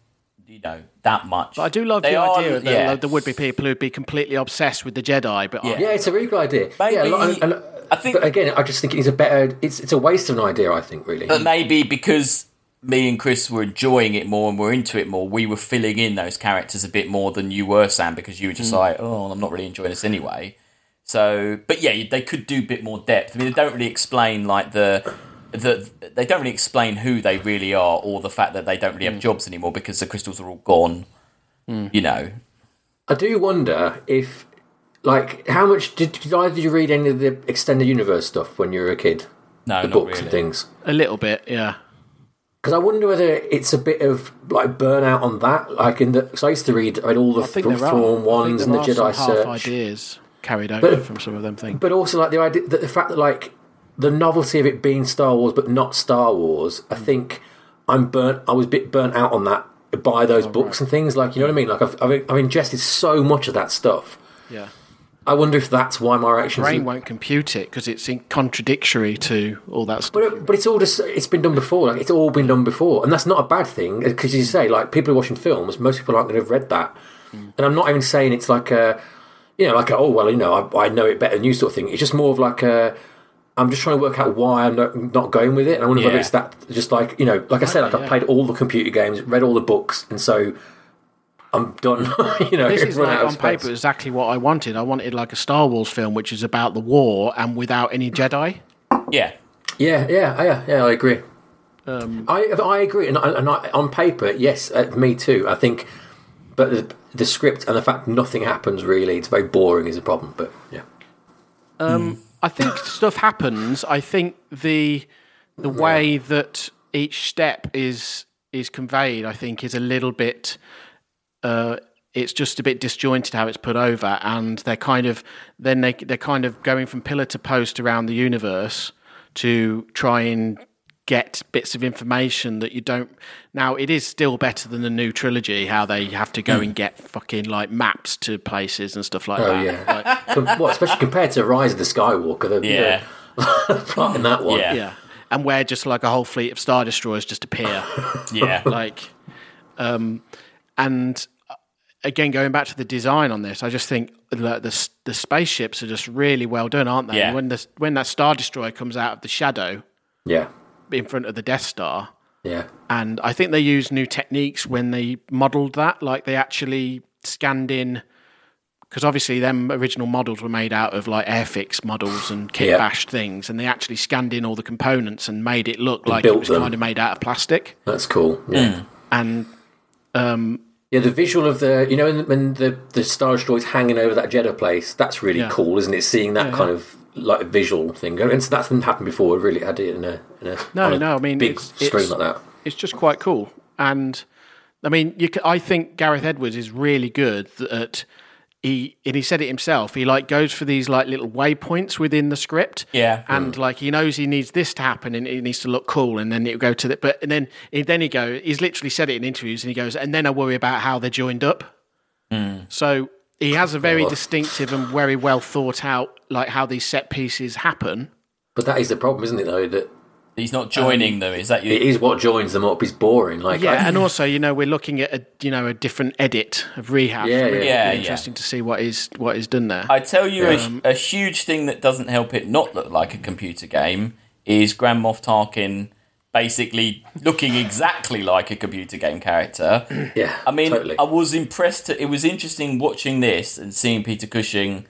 Speaker 2: You know that much. But
Speaker 1: I do love the idea that
Speaker 2: yeah.
Speaker 1: there would be people who'd be completely obsessed with the Jedi, but I,
Speaker 3: Yeah, it's a really good idea. yeah,
Speaker 2: Maybe-
Speaker 3: like, and, and-
Speaker 2: I think-
Speaker 3: But again, I just think it's a better. It's it's a waste of an idea. I think really.
Speaker 2: But maybe because me and Chris were enjoying it more and were into it more, we were filling in those characters a bit more than you were, Sam, because you were
Speaker 1: Hmm.
Speaker 2: just like, oh, I'm not really enjoying this anyway. So, but yeah, they could do a bit more depth. I mean, they don't really explain like the. The, they
Speaker 1: Hmm.
Speaker 2: don't really explain who they really are or the fact that they don't really have jobs anymore because the crystals are all gone you know.
Speaker 3: I do wonder if, like, how much did, did either of you read any of the extended universe stuff when you were a kid?
Speaker 2: No,
Speaker 3: The
Speaker 2: not
Speaker 3: books
Speaker 2: really.
Speaker 3: and things.
Speaker 1: A little bit, yeah.
Speaker 3: Because I wonder whether it's a bit of like burnout on that, like in the. Because I used to read, I read all the
Speaker 1: I think there are.
Speaker 3: Thrawn ones
Speaker 1: I
Speaker 3: and the
Speaker 1: think there are
Speaker 3: Jedi
Speaker 1: some
Speaker 3: Search.
Speaker 1: half ideas carried over
Speaker 3: But-
Speaker 1: from some of them things.
Speaker 3: But also, like the idea that the fact that like the novelty of it being Star Wars, but not Star Wars.
Speaker 1: Hmm.
Speaker 3: I think I'm burnt. I was a bit burnt out on that by those books and things. Like you know what I mean? Like I've, I've, I've ingested so much of that stuff.
Speaker 1: Yeah.
Speaker 3: I wonder if that's why my reactions.
Speaker 1: Brain won't compute it because it's in contradictory to all that stuff.
Speaker 3: But, it- but it's all just it's been done before. Like it's all been done before, and that's not a bad thing because you say like people are watching films. Most people aren't going to have read that,
Speaker 1: Mm.
Speaker 3: and I'm not even saying it's like a you know like a, oh well you know I, I know it better than you sort of thing. It's just more of like a I'm just trying to work out why I'm not, not going with it, and I wonder whether
Speaker 2: Yeah.
Speaker 3: it's that just like you know like I said like I've played all the computer games, read all the books, and so I'm done. you know,
Speaker 1: This
Speaker 3: it's
Speaker 1: is
Speaker 3: run
Speaker 1: like
Speaker 3: out of
Speaker 1: on
Speaker 3: space.
Speaker 1: paper exactly what I wanted. I wanted like a Star Wars film which is about the war and without any Jedi.
Speaker 2: Yeah.
Speaker 3: Yeah, yeah, oh, yeah, yeah. I agree.
Speaker 1: Um,
Speaker 3: I I agree, and, I, and I, on paper, yes, uh, me too. I think, but the, the script and the fact nothing happens really, it's very boring is a problem. But yeah,
Speaker 1: I think stuff happens. I think the the way that each step is is conveyed, I think, is a little bit. Uh, it's just a bit disjointed how it's put over, and they're kind of then they they're kind of going from pillar to post around the universe to try and get bits of information that you don't. Now it is still better than the new trilogy, how they have to go and get fucking like maps to places and stuff like that.
Speaker 3: yeah.
Speaker 1: Like,
Speaker 3: Com- well, especially compared to Rise of the Skywalker, the,
Speaker 2: Yeah.
Speaker 3: the plot in that one.
Speaker 2: Yeah.
Speaker 1: yeah and where just like a whole fleet of star destroyers just appear
Speaker 2: Yeah.
Speaker 1: like um and uh, again going back to the design on this i just think like the s- the spaceships are just really well done aren't they
Speaker 2: Yeah.
Speaker 1: when the when that star destroyer comes out of the shadow
Speaker 3: yeah,
Speaker 1: in front of the death star
Speaker 3: yeah.
Speaker 1: and I think they used new techniques when they modelled that. Like they actually scanned in, because obviously them original models were made out of like Airfix models and kit
Speaker 3: Yeah.
Speaker 1: bashed things, and they actually scanned in all the components and made it look like it
Speaker 3: built
Speaker 1: was
Speaker 3: them.
Speaker 1: kind of made out of plastic.
Speaker 3: That's cool.
Speaker 1: Hmm.
Speaker 3: Yeah.
Speaker 1: And
Speaker 3: Yeah, the visual of the you know when, when the the Star Destroyer's hanging over that Jeddah place, that's really
Speaker 1: Yeah.
Speaker 3: cool, isn't it? Seeing that kind of like visual thing, and so that's been happened before. Really, had it in a, in a
Speaker 1: No,
Speaker 3: on a
Speaker 1: no, I mean,
Speaker 3: big
Speaker 1: it's-
Speaker 3: screen
Speaker 1: it's-
Speaker 3: like that.
Speaker 1: it's just quite cool. And I mean, you ca I think Gareth Edwards is really good th- at he and he said it himself. He like goes for these like little waypoints within the script.
Speaker 2: Yeah.
Speaker 1: and like he knows he needs this to happen and it needs to look cool, and then it'll go to the but and then and then he go. He's literally said it in interviews, and he goes, and then I worry about how they're joined up. So he has a very distinctive and very well thought out like how these set pieces happen.
Speaker 3: But that is the problem, isn't it? Though that
Speaker 2: He's not joining them. Is that
Speaker 3: um, it
Speaker 2: you?
Speaker 3: is what joins them up is boring. Like
Speaker 1: Yeah,
Speaker 3: I-
Speaker 1: and also you know we're looking at a you know a different edit of rehab.
Speaker 3: Yeah,
Speaker 1: Yeah,
Speaker 3: yeah.
Speaker 1: really
Speaker 2: Yeah, yeah.
Speaker 1: interesting to see what is what is done there.
Speaker 2: I tell you, a- a, huge thing that doesn't help it not look like a computer game is Grand Moff Tarkin basically looking exactly like a computer game character.
Speaker 3: yeah,
Speaker 2: I mean,
Speaker 3: totally.
Speaker 2: I was impressed. To, it was interesting watching this and seeing Peter Cushing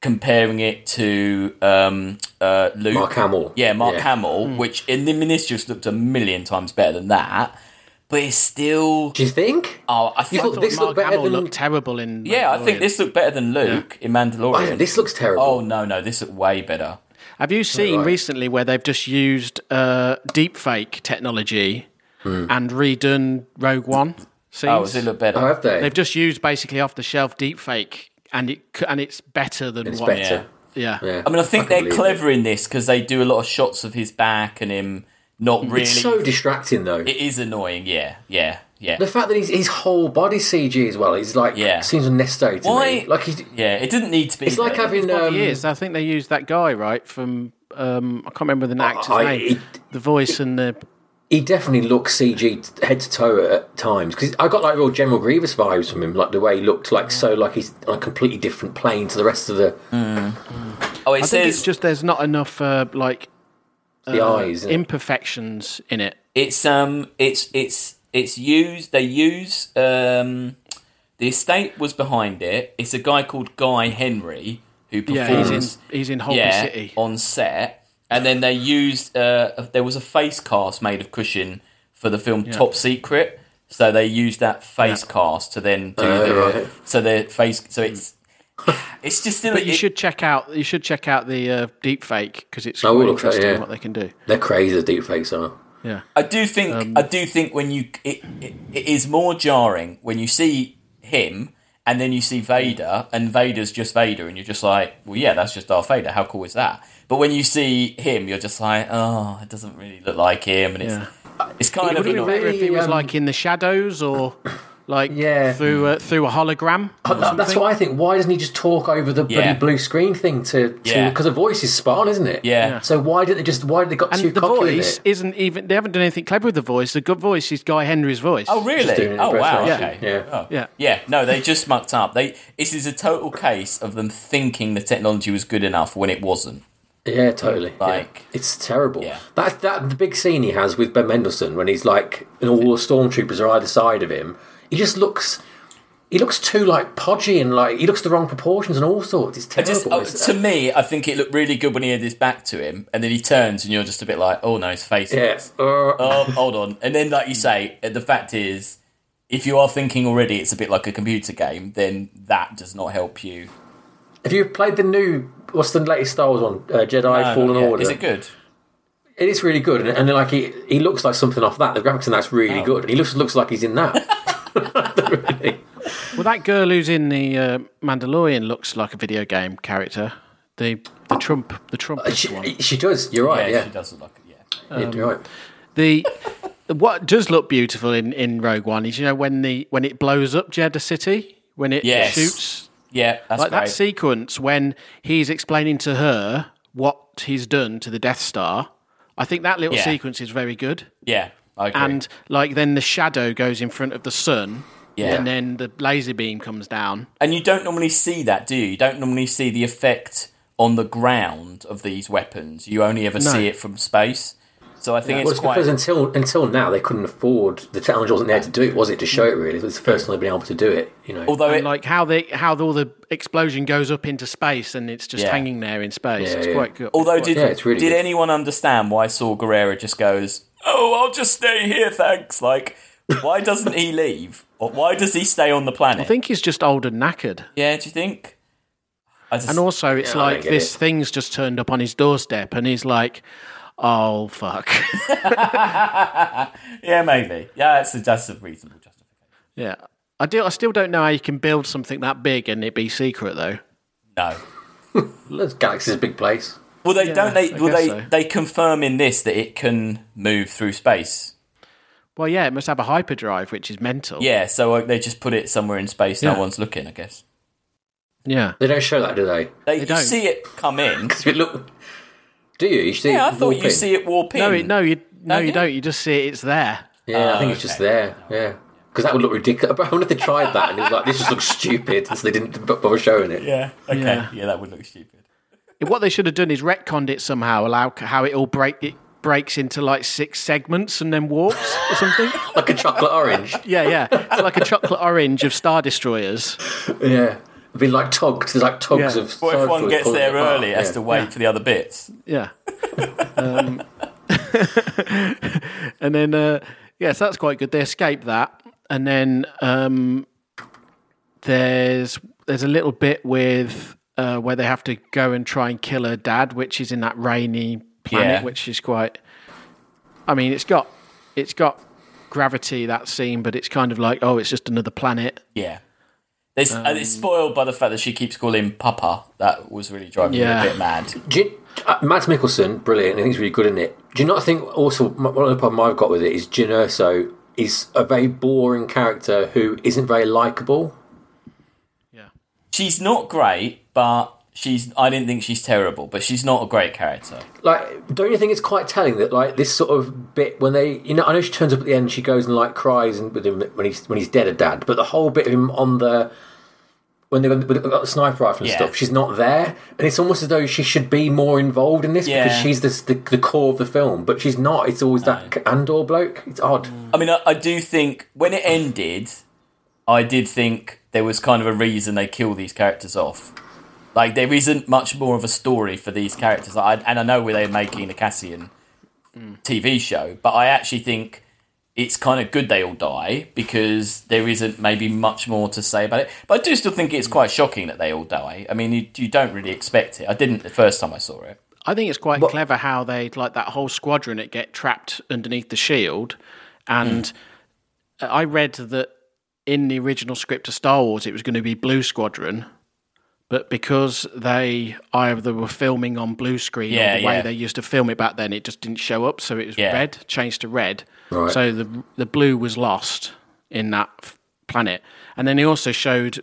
Speaker 2: comparing it to um, uh, Luke.
Speaker 3: Mark Hamill.
Speaker 2: Yeah, Mark Hamill, which in the minutes just looked a million times better than that. But it's still.
Speaker 3: Do you think?
Speaker 2: Oh, I
Speaker 3: You
Speaker 2: think,
Speaker 3: thought this
Speaker 1: Mark
Speaker 3: looked better
Speaker 1: Hamill
Speaker 3: than-
Speaker 1: looked terrible in.
Speaker 2: yeah, I think
Speaker 1: Mandalorian.
Speaker 2: this looked better than Luke in
Speaker 3: Oh,
Speaker 2: Mandalorian.
Speaker 3: this looks terrible.
Speaker 2: Oh no, no, this looked way better. Oh,
Speaker 1: Have you seen
Speaker 3: right.
Speaker 1: recently where they've just used uh, deepfake technology and redone Rogue One scenes?
Speaker 2: Oh, does it look better?
Speaker 3: Oh, have they?
Speaker 1: They've just used basically off the shelf deepfake, and it c- and it's better than
Speaker 3: it's
Speaker 1: what.
Speaker 3: better.
Speaker 1: Yeah.
Speaker 3: Yeah.
Speaker 2: I mean, I think
Speaker 3: can
Speaker 2: they're
Speaker 3: believe
Speaker 2: clever in this because they do a lot of shots of his back and him not really.
Speaker 3: It. It's so distracting though.
Speaker 2: it is annoying. Yeah, yeah, yeah.
Speaker 3: the fact that his his whole body CG as well is like
Speaker 2: Yeah.
Speaker 3: seems unnecessary to
Speaker 2: Why-
Speaker 3: me. Like he,
Speaker 2: yeah, it didn't need to be.
Speaker 3: it's like
Speaker 2: there.
Speaker 3: having
Speaker 1: Well,
Speaker 3: um,
Speaker 1: he is. I think they used that guy right from um, I can't remember the actor's
Speaker 3: I-
Speaker 1: name,
Speaker 3: it-
Speaker 1: the voice and the
Speaker 3: he definitely looks CG t- head to toe at, at times because I got like real General Grievous vibes from him, like the way he looked, like so like he's on a completely different plane to the rest of the,
Speaker 1: I
Speaker 2: Oh, it
Speaker 1: think it's
Speaker 2: says
Speaker 1: just there's not enough uh, like
Speaker 3: the eyes. isn't it?
Speaker 1: imperfections in it.
Speaker 2: it's um, it's it's it's used. They use um, the estate was behind it. It's a guy called Guy Henry who
Speaker 1: Yeah, he's
Speaker 2: performs.
Speaker 1: in he's in Holby
Speaker 2: yeah,
Speaker 1: City.
Speaker 2: on set, and then they used uh, there was a face cast made of Cushing for the film Top Secret, So they use that face cast to then do
Speaker 3: Oh,
Speaker 2: the
Speaker 3: right.
Speaker 2: so their face. So it's it's just still.
Speaker 1: But you
Speaker 2: it-
Speaker 1: should check out you should check out the uh, deep fake because it's
Speaker 3: I will
Speaker 1: quite
Speaker 3: look at it,
Speaker 1: interesting
Speaker 3: yeah.
Speaker 1: what they can do.
Speaker 3: They're crazy. The deep fakes are.
Speaker 1: Yeah,
Speaker 2: I do think I do think when you it, it, it is more jarring when you see him and then you see Vader and Vader's just Vader and you're just like, well, yeah, that's just Darth Vader. How cool is that? But when you see him, you're just like, oh, it doesn't really look like him, and it's uh, it's kind
Speaker 1: would
Speaker 2: of
Speaker 1: it be
Speaker 2: annoying.
Speaker 1: better if he was
Speaker 3: um,
Speaker 1: like in the shadows or like
Speaker 3: Yeah. Oh,
Speaker 1: through a, through a hologram? or
Speaker 3: That- that's
Speaker 1: something?
Speaker 3: what I think. Why doesn't he just talk over the
Speaker 2: Yeah.
Speaker 3: bloody blue screen thing to because
Speaker 2: Yeah.
Speaker 3: the voice is spot on, isn't it?
Speaker 2: Yeah. Yeah.
Speaker 3: So why did they just? Why did they got too
Speaker 1: And the
Speaker 3: cocky with
Speaker 1: voice
Speaker 3: it?
Speaker 1: isn't even. They haven't done anything clever with the voice. The good voice is Guy Henry's voice.
Speaker 2: Oh
Speaker 3: doing
Speaker 2: really?
Speaker 3: an
Speaker 2: Oh wow.
Speaker 3: impersonation.
Speaker 2: Okay.
Speaker 3: Yeah.
Speaker 2: Oh.
Speaker 1: Yeah.
Speaker 2: Yeah. No, they just mucked up. They this is a total case of them thinking the technology was good enough when it wasn't.
Speaker 3: Yeah, totally. yeah.
Speaker 2: Like-
Speaker 3: It's terrible.
Speaker 2: Yeah.
Speaker 3: That that the big scene he has with Ben Mendelsohn when he's like, and all the stormtroopers are either side of him. He just looks. He looks too like podgy and like he looks the wrong proportions and all sorts. It's
Speaker 2: I
Speaker 3: terrible.
Speaker 2: just uh,
Speaker 3: It's-
Speaker 2: to me, I think it looked really good when he had his back to him, and then he turns, and you're just a bit like, "Oh no, his face."
Speaker 3: yeah. Uh,
Speaker 2: Oh, hold on. And then, like you say, uh, the fact is, if you are thinking already, it's a bit like a computer game. Then that does not help you.
Speaker 3: Have you played the new? What's the latest Star Wars one? Uh, Jedi
Speaker 2: No,
Speaker 3: Fallen
Speaker 2: not yet.
Speaker 3: Order.
Speaker 2: Is it good?
Speaker 3: It is really good, and, and then, like he, he looks like something off that. The graphics in that's really good, and he looks looks like he's in that. Really.
Speaker 1: Well, that girl who's in the uh, Mandalorian looks like a video game character. The the Trump the Trump one.
Speaker 3: Uh, She, she does. You're right.
Speaker 2: yeah,
Speaker 3: Yeah,
Speaker 2: she um, does look like it. Yeah.
Speaker 3: you're right.
Speaker 1: The what does look beautiful in, in Rogue One is you know when the when it blows up Jeddah City when it
Speaker 2: Yes.
Speaker 1: shoots
Speaker 2: Yeah, that's
Speaker 1: like
Speaker 2: great.
Speaker 1: that sequence when he's explaining to her what he's done to the Death Star. I think that little
Speaker 2: Yeah.
Speaker 1: sequence is very good.
Speaker 2: yeah, I agree.
Speaker 1: And like then the shadow goes in front of the sun,
Speaker 2: Yeah.
Speaker 1: and then the laser beam comes down.
Speaker 2: And you don't normally see that, do you? You don't normally see the effect on the ground of these weapons. You only ever see it from space. So I think
Speaker 3: Well,
Speaker 2: it's
Speaker 3: it's because
Speaker 2: quite.
Speaker 3: until until now they couldn't afford the technology wasn't there to do it, was it? To show it really, it was the first time they've been able to do it. You know,
Speaker 2: Although
Speaker 1: And
Speaker 2: it,
Speaker 1: like how they how all the explosion goes up into space and it's just
Speaker 2: Yeah.
Speaker 1: hanging there in space.
Speaker 3: Yeah,
Speaker 1: it's
Speaker 3: yeah.
Speaker 1: quite good.
Speaker 2: Although
Speaker 1: It's
Speaker 2: did
Speaker 1: quite-
Speaker 3: Yeah, it's really
Speaker 2: did
Speaker 3: good.
Speaker 2: anyone understand why Saul Guerrero just goes, "Oh, I'll just stay here, thanks." Like, why doesn't he leave? Or why does he stay on the planet?
Speaker 1: I think he's just old and knackered.
Speaker 2: yeah, do you think? I just,
Speaker 1: And also, it's
Speaker 3: I
Speaker 1: like
Speaker 3: get
Speaker 1: this
Speaker 3: it.
Speaker 1: thing's just turned up on his doorstep, and he's like, "Oh fuck."
Speaker 2: yeah, maybe. Yeah, that's a, that's a reasonable justification.
Speaker 1: yeah, I do. I still don't know how you can build something that big and it be secret though.
Speaker 2: No.
Speaker 3: Well, Galaxy's a big place.
Speaker 2: Well, they don't. They
Speaker 1: I
Speaker 2: well,
Speaker 1: guess
Speaker 2: they
Speaker 1: so.
Speaker 2: they confirm in this that it can move through space.
Speaker 1: Well, yeah, it must have a hyperdrive, which is mental.
Speaker 2: Yeah, so uh, they just put it somewhere in space.
Speaker 1: Yeah.
Speaker 2: No one's looking, I guess.
Speaker 1: yeah.
Speaker 3: They don't show that, do they?
Speaker 2: They, you
Speaker 1: don't.
Speaker 2: see it come in.
Speaker 3: 'Cause you look, do you? You see
Speaker 2: Yeah, I
Speaker 3: it
Speaker 2: thought you
Speaker 3: warping.
Speaker 2: see it warp in.
Speaker 1: No, it- no, you no,
Speaker 2: Okay.
Speaker 1: you don't. You just see it, it's there.
Speaker 3: Yeah,
Speaker 2: Ah,
Speaker 3: I think it's just there. Yeah. Because that would look ridiculous. But I wonder if they tried that and it was like, this just looks stupid. So they didn't b- bother showing it.
Speaker 2: Yeah. Okay.
Speaker 1: Yeah.
Speaker 2: yeah, that would look stupid.
Speaker 1: What they should have done is retconned it somehow, allow how it all break it breaks into like six segments and then warps or something.
Speaker 3: Like a chocolate orange.
Speaker 1: Yeah, yeah. It's like a chocolate orange of Star Destroyers.
Speaker 3: Yeah. It'd be like tugs. There's like tugs
Speaker 1: Yeah.
Speaker 3: of.
Speaker 2: Well, if
Speaker 3: storage
Speaker 2: one
Speaker 3: wood
Speaker 2: gets
Speaker 3: pulling it
Speaker 2: there
Speaker 3: apart.
Speaker 2: early, it has
Speaker 3: Yeah.
Speaker 2: to wait for the other bits.
Speaker 1: Yeah. Um, and then, uh, yes, that's quite good. They escape that. And then um, there's there's a little bit with uh, where they have to go and try and kill her dad, which is in that rainy planet,
Speaker 2: Yeah.
Speaker 1: which is quite. I mean, it's got it's got gravity that scene, but it's kind of like oh, it's just another planet.
Speaker 2: Yeah. There's, and it's
Speaker 3: Um,
Speaker 2: spoiled by the fact that she keeps calling Papa. That was really driving
Speaker 1: Yeah.
Speaker 2: me a bit mad.
Speaker 3: Do you, uh, Mads Mikkelsen, brilliant. I think he's really good in it. Do you not think also m- one of the problem I've got with it is Jyn Erso is a very boring character who isn't very likable.
Speaker 1: Yeah.
Speaker 2: She's not great, but she's. I didn't think she's terrible, but she's not a great character.
Speaker 3: Like, don't you think it's quite telling that like this sort of bit when they, you know, I know she turns up at the end, she goes and like cries and with him when he's when he's dead, a dad. But the whole bit of him on the when they when they've got the sniper rifle and
Speaker 2: Yeah.
Speaker 3: stuff, she's not there, and it's almost as though she should be more involved in this because
Speaker 2: Yeah.
Speaker 3: she's the, the the core of the film, but she's not. It's always that Andor bloke. It's odd.
Speaker 2: I mean, I, I do think when it ended, I did think there was kind of a reason they kill these characters off. Like there isn't much more of a story for these characters. I, and I know where they're making the Cassian TV show, but I actually think it's kind of good they all die because there isn't maybe much more to say about it. But I do still think it's quite shocking that they all die. I mean, you, you don't really expect it. I didn't the first time I saw it.
Speaker 1: I think it's quite clever how they like that whole squadron it get trapped underneath the shield, and I read that in the original script of Star Wars it was going to be Blue Squadron, but because they either were filming on blue screen
Speaker 2: Yeah,
Speaker 1: or the way
Speaker 2: yeah.
Speaker 1: they used to film it back then, it just didn't show up, so it was
Speaker 2: Yeah.
Speaker 1: red changed to red.
Speaker 3: Right.
Speaker 1: So the the blue was lost in that f- planet, and then he also showed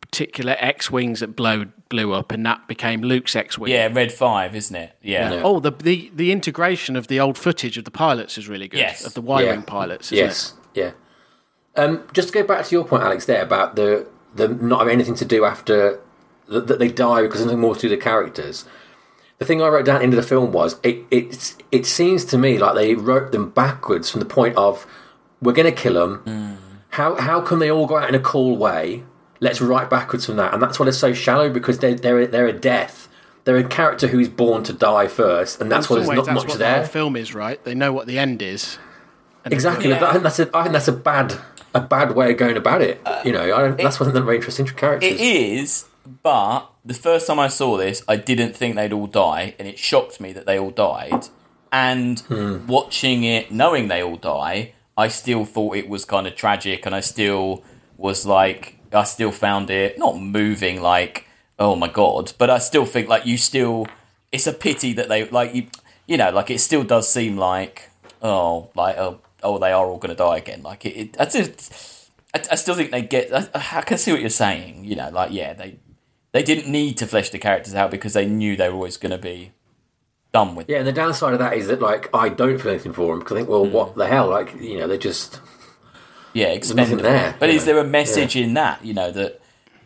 Speaker 1: particular X wings that blow blew up, and that became Luke's X wing.
Speaker 2: Yeah, Red Five, isn't it? Yeah.
Speaker 1: Oh, the, the the integration of the old footage of the pilots is really good.
Speaker 2: Yes.
Speaker 1: Of the wiring
Speaker 3: Yeah.
Speaker 1: pilots. Isn't
Speaker 3: Yes, yeah. Um, just to go back to your point, Alex, there about the the not having anything to do after that that they die because there's nothing more to do with the characters. The thing I wrote down at the end of the film was it it it seems to me like they wrote them backwards from the point of we're going to kill them.
Speaker 1: Mm.
Speaker 3: How how can they all go out in a cool way? Let's write backwards from that, and that's why they're so shallow because they're they're a, they're a death. They're a character who is born to die first, and that's
Speaker 1: it?
Speaker 3: why
Speaker 1: In some
Speaker 3: there's
Speaker 1: ways,
Speaker 3: not
Speaker 1: that's
Speaker 3: much
Speaker 1: what the
Speaker 3: there.
Speaker 1: whole film is, right? They know what the end is.
Speaker 3: Exactly.
Speaker 2: Yeah.
Speaker 3: I think that's a, I think that's a bad a bad way of going about it. you know, I don't, that's one of the very interesting characters.
Speaker 2: Uh, It is, but the first time I saw this, I didn't think they'd all die, and it shocked me that they all died. And watching it, knowing they all die, I still thought it was kind of tragic, and I still was like, I still found it not moving, like, oh my god, but I still think like you still, it's a pity that they like you, you know, like it still does seem like, oh, like oh, oh, they are all gonna die again, like it. it that's it. I, I still think they get. I, I can see what you're saying. You know, like yeah, they they didn't need to flesh the characters out because they knew they were always going to be done with.
Speaker 3: yeah, and the downside of that is that like I don't feel anything for them because I think,
Speaker 2: Hmm.
Speaker 3: well, what the hell? Like you know, they're just
Speaker 2: yeah,
Speaker 3: nothing
Speaker 2: expendable.
Speaker 3: there,
Speaker 2: But
Speaker 3: you
Speaker 2: is
Speaker 3: know.
Speaker 2: there a message in that? You know that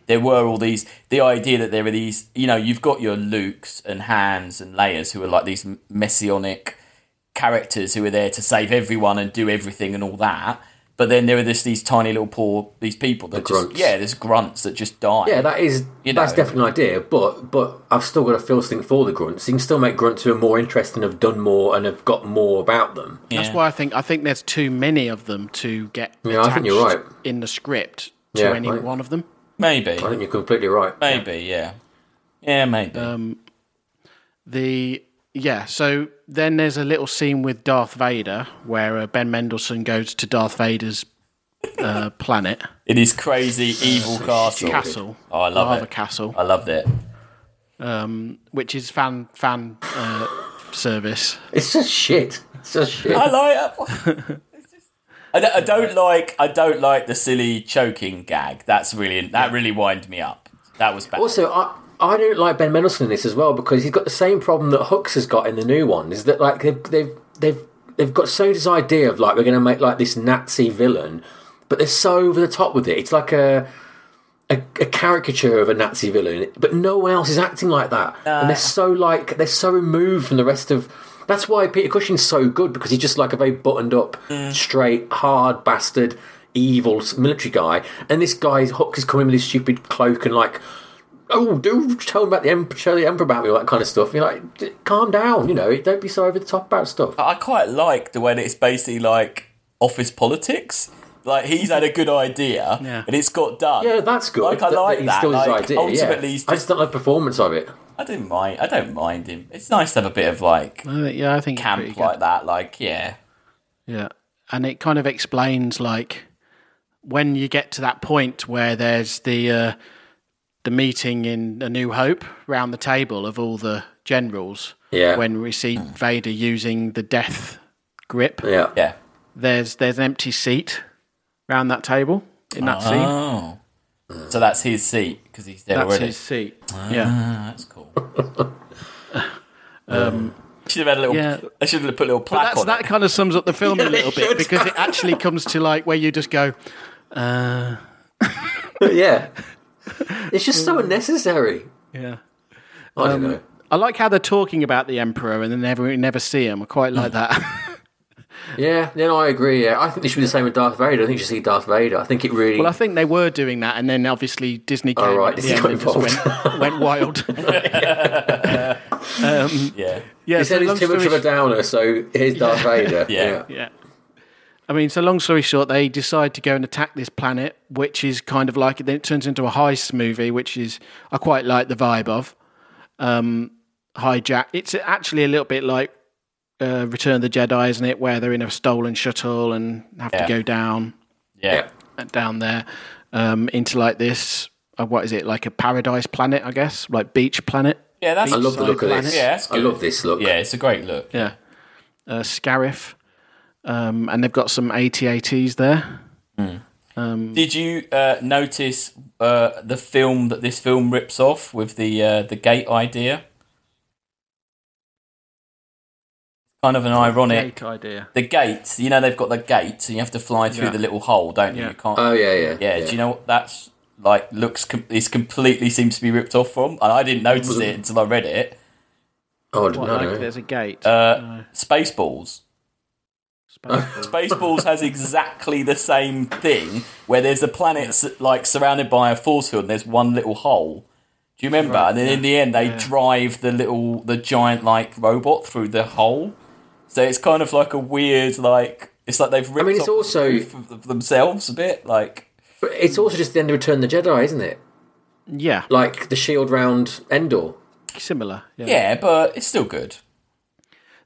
Speaker 2: there were all these. The idea that there were these. You know, you've got your Luke's and Hans and Leia's who are like these messianic characters who are there to save everyone and do everything and all that. But then there are just these tiny little poor these people that just
Speaker 3: grunts.
Speaker 2: yeah, there's grunts that just die.
Speaker 3: yeah, that is
Speaker 2: You
Speaker 3: that's
Speaker 2: know.
Speaker 3: definitely an idea. But but I've still got to feel something for the grunts. You can still make grunts who are more interesting, have done more, and have got more about them.
Speaker 1: That's
Speaker 2: Yeah.
Speaker 1: why I think I think there's too many of them to get
Speaker 3: Yeah, I think you're
Speaker 1: attached
Speaker 3: right.
Speaker 1: in the script to
Speaker 3: Yeah,
Speaker 1: any
Speaker 3: right.
Speaker 1: one of them.
Speaker 2: maybe.
Speaker 3: I think you're completely right.
Speaker 2: Maybe, yeah. Um, Yeah, maybe.
Speaker 1: The yeah, so then there's a little scene with Darth Vader where uh, Ben Mendelsohn goes to Darth Vader's uh, planet
Speaker 2: it is crazy, evil uh, castle.
Speaker 1: castle,
Speaker 2: Oh, I love
Speaker 1: lava
Speaker 2: it.
Speaker 1: castle,
Speaker 2: I loved it.
Speaker 1: which is fan fan uh, service.
Speaker 3: It's just shit. It's just shit.
Speaker 2: I like it. I don't, I don't like I don't like the silly choking gag. That's really that really wind me up. That was bad.
Speaker 3: Also, I I don't like Ben Mendelsohn in this as well because he's got the same problem that Hooks has got in the new one. Is that like they've they've they've they've got so this idea of like we're going to make like this Nazi villain, but they're so over the top with it. It's like a a, a caricature of a Nazi villain, but no one else is acting like that. and they're so like they're so removed from the rest of. That's why Peter Cushing's so good because he's just like a very buttoned up, straight, hard bastard, evil s- military guy. And this guy Hooks is coming with his stupid cloak and like, oh, do tell him about the emperor, show the emperor about me, all that kind of stuff. You're like, "D- calm down, you know, don't be so over the top about stuff.
Speaker 2: I quite like the way that it's basically like office politics. Like he's had a good idea
Speaker 1: Yeah.
Speaker 2: and it's got done.
Speaker 3: Yeah, that's good.
Speaker 2: Like I
Speaker 3: that- that
Speaker 2: like
Speaker 3: he's
Speaker 2: that.
Speaker 3: Still his
Speaker 2: like,
Speaker 3: idea.
Speaker 2: ultimately,
Speaker 3: yeah.
Speaker 2: he's
Speaker 3: I
Speaker 2: just,
Speaker 3: just don't like the performance of it.
Speaker 2: I don't mind. I don't mind him. It's nice to have a bit of like
Speaker 1: Uh, yeah, I think it's pretty
Speaker 2: camp
Speaker 1: good.
Speaker 2: like that. Like yeah,
Speaker 1: Yeah. And it kind of explains like when you get to that point where there's the uh, the meeting in A New Hope round the table of all the generals.
Speaker 3: Yeah.
Speaker 1: When we see Vader using the death grip,
Speaker 3: Yeah,
Speaker 2: Hmm. yeah.
Speaker 1: there's there's an empty seat round that table in that scene.
Speaker 2: Oh. So that's his seat because he's there
Speaker 1: That's
Speaker 2: already.
Speaker 1: his seat. Yeah.
Speaker 2: Ah, that's cool. um,
Speaker 3: Um,
Speaker 2: should have had a little.
Speaker 1: yeah.
Speaker 2: I should have put a little plaque
Speaker 1: That's,
Speaker 2: on
Speaker 1: that
Speaker 2: it.
Speaker 1: kind of sums up the film a little bit
Speaker 3: should.
Speaker 1: because it actually comes to like where you just go,
Speaker 3: yeah. It's just so unnecessary.
Speaker 1: yeah.
Speaker 3: I don't know.
Speaker 1: I like how they're talking about the emperor and then never we never see him. I quite
Speaker 2: Hmm.
Speaker 1: like that.
Speaker 3: Yeah, yeah, no, I agree. Yeah, I think they should be the same with Darth Vader. I think you should see Darth Vader. I think it really.
Speaker 1: well, I think they were doing that, and then obviously Disney came
Speaker 3: Oh, right,
Speaker 1: at the
Speaker 3: Disney
Speaker 1: end
Speaker 3: got
Speaker 1: and just went, went wild.
Speaker 2: Yeah,
Speaker 1: yeah,
Speaker 3: he said
Speaker 1: so
Speaker 3: he's
Speaker 1: long
Speaker 3: too much
Speaker 1: story
Speaker 3: of a downer, so here's Darth Vader.
Speaker 2: Yeah.
Speaker 1: Yeah. I mean, so long story short, they decide to go and attack this planet, which is kind of like then it turns into a heist movie, which is I quite like the vibe of. Um, hijack. It's actually a little bit like uh, Return of the Jedi, isn't it? Where they're in a stolen shuttle and have
Speaker 2: Yeah.
Speaker 1: to go down
Speaker 2: Yeah.
Speaker 1: down there um, into like this. Uh, what is it like a paradise planet? I guess like beach planet.
Speaker 2: Yeah, that's
Speaker 3: I love the look of
Speaker 1: Planet.
Speaker 3: this.
Speaker 2: Yeah, that's
Speaker 3: I
Speaker 2: good.
Speaker 3: love this look.
Speaker 2: Yeah, it's a great look.
Speaker 1: Yeah, uh, Scarif. Um, and they've got some AT-ATs there.
Speaker 2: Did you uh, notice uh, the film that this film rips off with the uh, the gate idea? Kind of an ironic.
Speaker 1: idea.
Speaker 2: The gate, you know, they've got the gate, and you have to fly through
Speaker 1: Yeah.
Speaker 2: the little hole, don't you?
Speaker 1: Yeah.
Speaker 2: You can't.
Speaker 3: Oh yeah, yeah.
Speaker 2: yeah, do you know what that's like? Looks com- is completely seems to be ripped off from, and I didn't notice it until I read it.
Speaker 3: Oh I
Speaker 1: What,
Speaker 3: don't
Speaker 1: like
Speaker 3: know.
Speaker 1: there's a gate.
Speaker 2: Uh, Spaceballs.
Speaker 1: Spaceballs.
Speaker 2: Spaceballs has exactly the same thing where there's a planet s like surrounded by a force field and there's one little hole. Do you remember? and then in the end, they drive the little, the giant like robot through the hole. So it's kind of like a weird, like it's like they've ripped
Speaker 3: mean, it's
Speaker 2: off the
Speaker 3: also-
Speaker 2: roof of th- themselves a bit. Like
Speaker 3: But it's also just the end of Return of the Jedi, isn't it?
Speaker 1: yeah,
Speaker 3: Like the shield round Endor.
Speaker 1: similar. Yeah.
Speaker 2: yeah, but it's still good.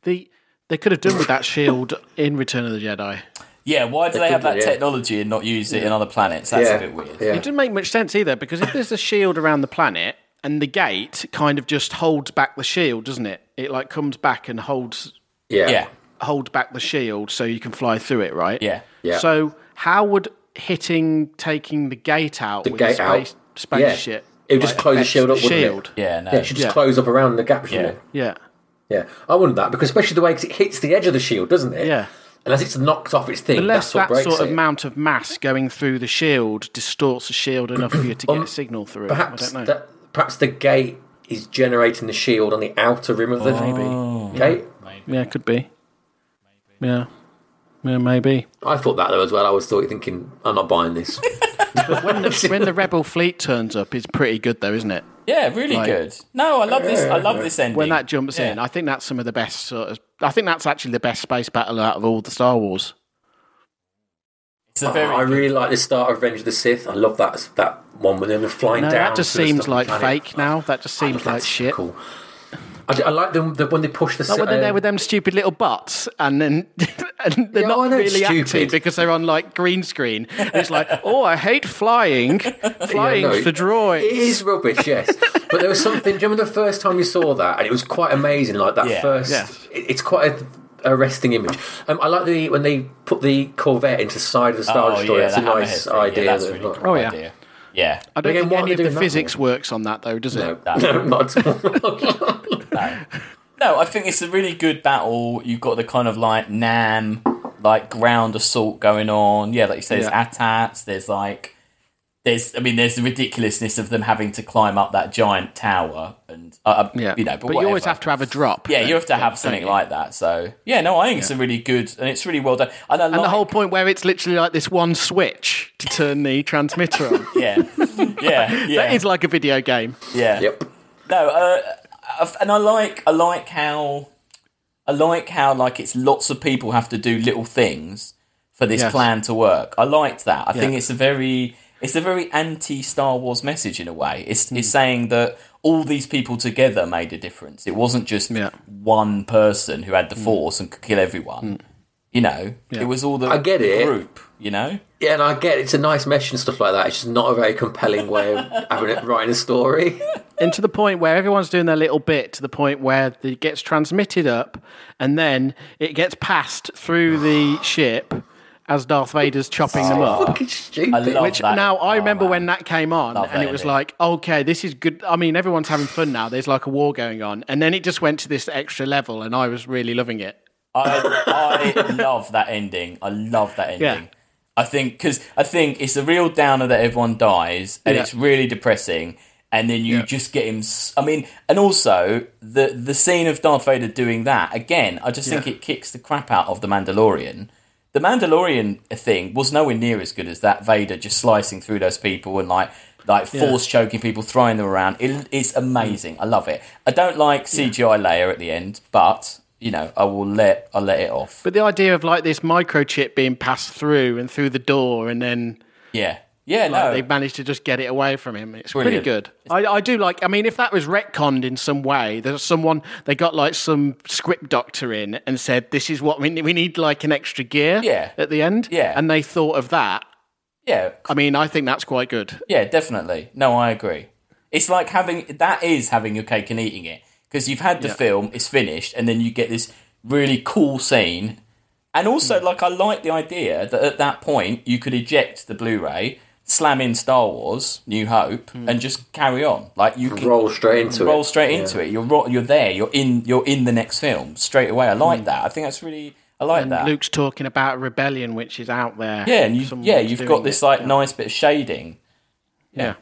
Speaker 1: The they could have done with that shield in Return of the Jedi.
Speaker 2: Yeah, why do they have
Speaker 3: could
Speaker 2: that
Speaker 3: do, yeah.
Speaker 2: technology and not use it in other planets? That's
Speaker 3: yeah.
Speaker 2: a bit
Speaker 1: It
Speaker 2: weird.
Speaker 3: Yeah.
Speaker 1: didn't make much sense either because if there's a shield around the planet and the gate kind of just holds back the shield, doesn't it? It like comes back and holds
Speaker 3: Yeah.
Speaker 2: Yeah,
Speaker 1: holds back the shield so you can fly through it, right?
Speaker 2: yeah.
Speaker 3: Yeah.
Speaker 1: So how would hitting taking the gate out with
Speaker 3: Gate
Speaker 1: a
Speaker 3: out.
Speaker 1: space spaceship?
Speaker 3: Yeah. It would just
Speaker 1: like,
Speaker 3: close the
Speaker 1: affects
Speaker 3: shield up, wouldn't it?
Speaker 1: shield.
Speaker 2: Yeah, no.
Speaker 3: Yeah, it should just
Speaker 1: Yeah.
Speaker 3: close up around the gap, shouldn't
Speaker 2: Yeah.
Speaker 3: it?
Speaker 1: Yeah.
Speaker 3: Yeah, I wanted that because especially the way 'cause it hits the edge of the shield, doesn't it?
Speaker 1: Yeah.
Speaker 3: And as it's knocked off its thing,
Speaker 1: Unless
Speaker 3: that's what
Speaker 1: that
Speaker 3: breaks
Speaker 1: sort of
Speaker 3: it.
Speaker 1: amount of mass going through the shield distorts the shield enough for you to get a signal through. I
Speaker 3: Um, perhaps
Speaker 1: don't know.
Speaker 3: that, perhaps the gate is generating the shield on the outer rim of the maybe. gate.
Speaker 1: Yeah, could be. Yeah. Yeah, maybe.
Speaker 3: I thought that though as well. I was thought thinking, I'm not buying this.
Speaker 1: When the rebel fleet turns up, it's pretty good though, isn't it?
Speaker 2: Yeah, really
Speaker 1: Like-
Speaker 2: good. No, I love this. I love this ending.
Speaker 1: When that jumps
Speaker 2: Yeah.
Speaker 1: in, I think that's some of the best sort of. I think that's actually the best space battle out of all the Star Wars.
Speaker 2: it's a very
Speaker 3: I really like the start of Revenge of the Sith. I love that that one with them flying
Speaker 1: No,
Speaker 3: down.
Speaker 1: that just
Speaker 3: to the
Speaker 1: seems
Speaker 3: stuff
Speaker 1: like
Speaker 3: planet.
Speaker 1: fake now. That just
Speaker 3: I
Speaker 1: seems
Speaker 3: love
Speaker 1: like
Speaker 3: that,
Speaker 1: shit.
Speaker 3: Cool. I, d- I like them the, when they push the.
Speaker 1: Like when they're
Speaker 3: uh,
Speaker 1: there with them stupid little butts, and then and they're
Speaker 3: Yeah, I
Speaker 1: not
Speaker 3: know it's
Speaker 1: really acting
Speaker 3: stupid.
Speaker 1: because they're on like green screen. And it's like, oh, I hate flying. Flying's
Speaker 3: Yeah, no,
Speaker 1: for droids.
Speaker 3: It is rubbish, yes. but there was something. Do you remember the first time you saw that? And it was quite amazing. Like that
Speaker 2: Yeah,
Speaker 3: first.
Speaker 1: yes.
Speaker 3: it- it's quite a, a resting image. Um, I like the when they put the Corvette into the side of the Star
Speaker 2: Oh,
Speaker 3: Destroyer.
Speaker 2: yeah,
Speaker 3: it's a
Speaker 2: the hammerhead
Speaker 3: nice
Speaker 2: thing. Yeah,
Speaker 3: idea.
Speaker 2: that's
Speaker 3: that-
Speaker 2: really
Speaker 3: not-
Speaker 2: cool
Speaker 1: Oh, yeah.
Speaker 2: idea. Yeah.
Speaker 1: I don't
Speaker 3: Again,
Speaker 1: think
Speaker 3: why are
Speaker 1: any
Speaker 3: they
Speaker 1: of the
Speaker 3: doing that
Speaker 1: physics works on that though, does it?
Speaker 3: No, not at all.
Speaker 2: No, I think it's a really good battle. You've got the kind of like Nam, like ground assault going on. Yeah, like you say, there's
Speaker 1: Yeah.
Speaker 2: attacks. There's like, there's. I mean, there's the ridiculousness of them having to climb up that giant tower, and uh, uh,
Speaker 1: Yeah,
Speaker 2: you know, but,
Speaker 1: but, you always
Speaker 2: whatever.
Speaker 1: have to have a drop.
Speaker 2: Yeah, you have to have something like that. So yeah, no, I think it's a really good and it's really well done. And, I
Speaker 1: And
Speaker 2: like,
Speaker 1: the whole point where it's literally like this one switch to turn the transmitter on.
Speaker 2: yeah, yeah, yeah,
Speaker 1: That is like a video game.
Speaker 2: yeah.
Speaker 3: Yep.
Speaker 2: No, uh, I've- and I like I like how I like how like it's lots of people have to do little things for this
Speaker 1: Yes.
Speaker 2: plan to work. I liked that. I think
Speaker 1: Yeah.
Speaker 2: it's a very it's a very anti Star Wars message in a way. It's it's
Speaker 1: Mm.
Speaker 2: saying that all these people together made a difference. It wasn't just
Speaker 1: Yeah. Mm.
Speaker 2: one person who had the force and could kill everyone. You know, it was all the
Speaker 3: I get it.
Speaker 2: group. You know,
Speaker 3: Yeah, and I get it's a nice mesh and stuff like that. It's just not a very compelling way of having it writing a story.
Speaker 1: And to the point where everyone's doing their little bit, to the point where it gets transmitted up and then it gets passed through the ship as Darth Vader's chopping them up.
Speaker 3: Fucking stupid.
Speaker 2: I love
Speaker 1: Which
Speaker 2: Oh, that.
Speaker 1: now I
Speaker 2: Oh,
Speaker 1: remember
Speaker 2: man.
Speaker 1: when that came on
Speaker 2: Love
Speaker 1: and
Speaker 2: that
Speaker 1: it was
Speaker 2: ending.
Speaker 1: like, okay, this is good. I mean, everyone's having fun now. There's like a war going on. And then it just went to this extra level and I was really loving it.
Speaker 2: I, I love that ending. I love that ending.
Speaker 1: Yeah.
Speaker 2: I think because I think it's a real downer that everyone dies, and
Speaker 1: Yeah.
Speaker 2: it's really depressing. And then you just get him. s- I mean, and also the the scene of Darth Vader doing that again. I just think
Speaker 1: Yeah.
Speaker 2: it kicks the crap out of the Mandalorian. The Mandalorian thing was nowhere near as good as that Vader just slicing through those people and like like force choking people, throwing them around. It, it's amazing. I love it. I don't like CGI layer at the end, but you know, I will let I let it off.
Speaker 1: But the idea of like this microchip being passed through and through the door, and then
Speaker 2: Yeah, yeah, no,
Speaker 1: they managed to just get it away from him. It's
Speaker 2: Brilliant.
Speaker 1: pretty good. I, I do like. I mean, if that was retconned in some way, there's someone they got like some script doctor in and said, "This is what we need. We need like an extra gear
Speaker 2: Yeah.
Speaker 1: at the end."
Speaker 2: Yeah.
Speaker 1: and they thought of that.
Speaker 2: yeah,
Speaker 1: I mean, I think that's quite good.
Speaker 2: yeah, definitely. No, I agree. It's like having that is having your cake and eating it because you've had the film, it's finished, and then you get this really cool scene. And also,
Speaker 1: Mm.
Speaker 2: like, I like the idea that at that point you could eject the Blu-ray, slam in Star Wars: New Hope,
Speaker 1: Mm.
Speaker 2: and just carry on. Like you can
Speaker 3: Roll straight into
Speaker 2: roll
Speaker 3: it.
Speaker 2: straight into it. You're ro- you're there. You're in. You're in the next film straight away. I
Speaker 1: Mm.
Speaker 2: like that. I think that's really. I like that.
Speaker 1: Luke's talking about rebellion, which is out there.
Speaker 2: yeah, and you,
Speaker 1: Someone's
Speaker 2: yeah, you've
Speaker 1: doing
Speaker 2: got this
Speaker 1: it.
Speaker 2: like nice bit of shading.
Speaker 1: Yeah.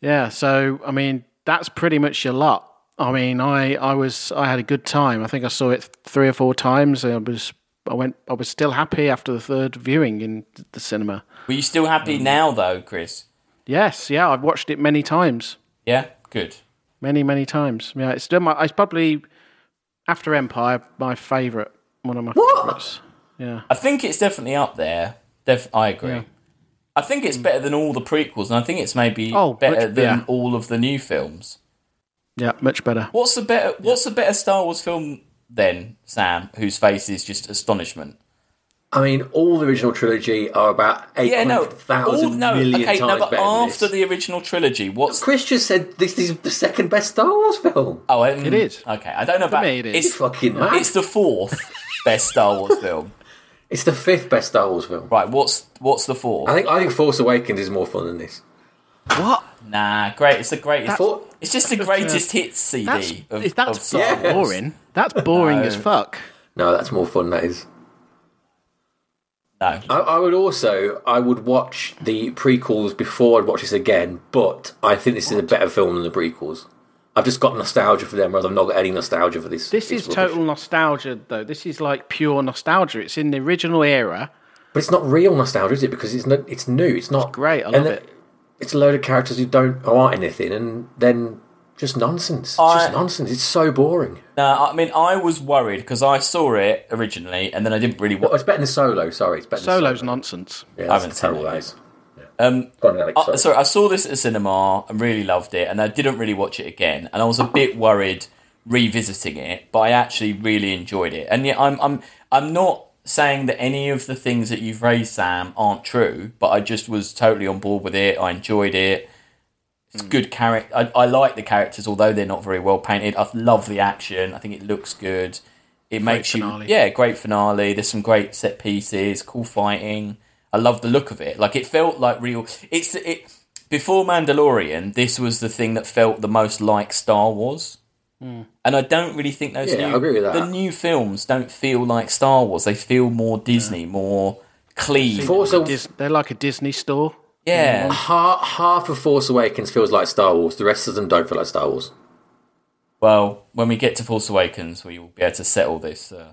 Speaker 1: Yeah. So, I mean, that's pretty much your lot. I mean, I, I was, I had a good time. I think I saw it three or four times. I was, I went, I was still happy after the third viewing in the cinema.
Speaker 2: Were you still happy
Speaker 1: Mm.
Speaker 2: now though, Chris?
Speaker 1: Yes. Yeah. I've watched it many times,
Speaker 2: Yeah, good.
Speaker 1: many, many times. Yeah. It's still my, it's probably after Empire, my favorite, one of my favorites. Yeah.
Speaker 2: I think it's definitely up there. Def- I agree. I think it's better than all the prequels, and I think it's maybe
Speaker 1: Oh,
Speaker 2: better
Speaker 1: much-
Speaker 2: than
Speaker 1: yeah.
Speaker 2: all of the new films.
Speaker 1: Yeah. Much better.
Speaker 2: What's the better? What's the better Star Wars film then, Sam? Whose face is just astonishment.
Speaker 3: I mean, all the original trilogy are about eight
Speaker 2: Yeah, no,
Speaker 3: hundred thousand
Speaker 2: all, no,
Speaker 3: million
Speaker 2: okay,
Speaker 3: times
Speaker 2: no, but
Speaker 3: better than
Speaker 2: after
Speaker 3: this.
Speaker 2: the original trilogy, what's
Speaker 3: Chris just said this is the second best Star Wars film.
Speaker 2: Oh, um,
Speaker 1: It is.
Speaker 2: Okay, I don't know about
Speaker 1: me, it is.
Speaker 3: It's
Speaker 2: It's,
Speaker 3: fucking mad.
Speaker 2: it's
Speaker 3: It's,
Speaker 2: the fourth best Star Wars film.
Speaker 3: the fifth best Star Wars film.
Speaker 2: Right, what's what's the
Speaker 3: I
Speaker 2: fourth?
Speaker 3: think I think Force Awakens is more fun than this.
Speaker 1: What?
Speaker 2: Nah, great. It's the greatest.
Speaker 3: Four-
Speaker 2: it's just the greatest hits CD
Speaker 1: That's,
Speaker 2: of,
Speaker 1: if
Speaker 2: of
Speaker 1: that's
Speaker 2: Star
Speaker 3: Yeah.
Speaker 2: Wars.
Speaker 1: boring. That's boring as fuck.
Speaker 3: No, that's more fun. That is.
Speaker 2: No,
Speaker 3: I, I would also I would watch the prequels before I'd watch this again, but I think this is a better film than the prequels. I've just got nostalgia for them, rather I've not got any nostalgia for this.
Speaker 1: This is
Speaker 3: rubbish.
Speaker 1: total nostalgia, though. This is like pure nostalgia. It's in the original era.
Speaker 3: but it's not real nostalgia, is it? Because it's no, it's new. It's not
Speaker 1: Great, I
Speaker 3: and
Speaker 1: love
Speaker 3: the-
Speaker 1: it.
Speaker 3: It's a load of characters who don't who aren't anything, and then just nonsense. It's
Speaker 2: I-
Speaker 3: just nonsense. It's so boring.
Speaker 2: no. I mean, I was worried because I saw it originally, and then I didn't really
Speaker 3: Oh,
Speaker 2: watch.
Speaker 3: it's better than Solo. Sorry, it's better. Than
Speaker 1: Solo's
Speaker 3: Solo.
Speaker 1: nonsense.
Speaker 3: Yeah,
Speaker 2: I
Speaker 3: that's
Speaker 2: haven't seen
Speaker 3: terrible.
Speaker 2: it
Speaker 3: That
Speaker 2: yet.
Speaker 3: is.
Speaker 2: Um,
Speaker 3: Go on, Alex,
Speaker 2: uh,
Speaker 3: sorry.
Speaker 2: sorry, I saw this at the cinema and really loved it, and I didn't really watch it again, and I was a bit worried revisiting it, but I actually really enjoyed it. And yet, I'm I'm I'm not saying that any of the things that you've raised, Sam, aren't true, but I just was totally on board with it. I enjoyed it. It's good character. I, I like the characters, although they're not very well painted. I love the action. I think it looks good. It makes
Speaker 1: finale.
Speaker 2: you yeah, great finale. There's some great set pieces, cool fighting. I love the look of it. Like it felt like real. It's it before Mandalorian. This was the thing that felt the most like Star Wars. And I don't really think those
Speaker 3: Yeah,
Speaker 2: new
Speaker 3: I agree with that.
Speaker 2: the new films don't feel like Star Wars. They feel more Disney, more clean.
Speaker 3: Force Aw-
Speaker 1: Dis- they're like a Disney store.
Speaker 2: yeah,
Speaker 3: half, half of Force Awakens feels like Star Wars. The rest of them don't feel like Star Wars.
Speaker 2: Well, when we get to Force Awakens, we will be able to settle this. Uh,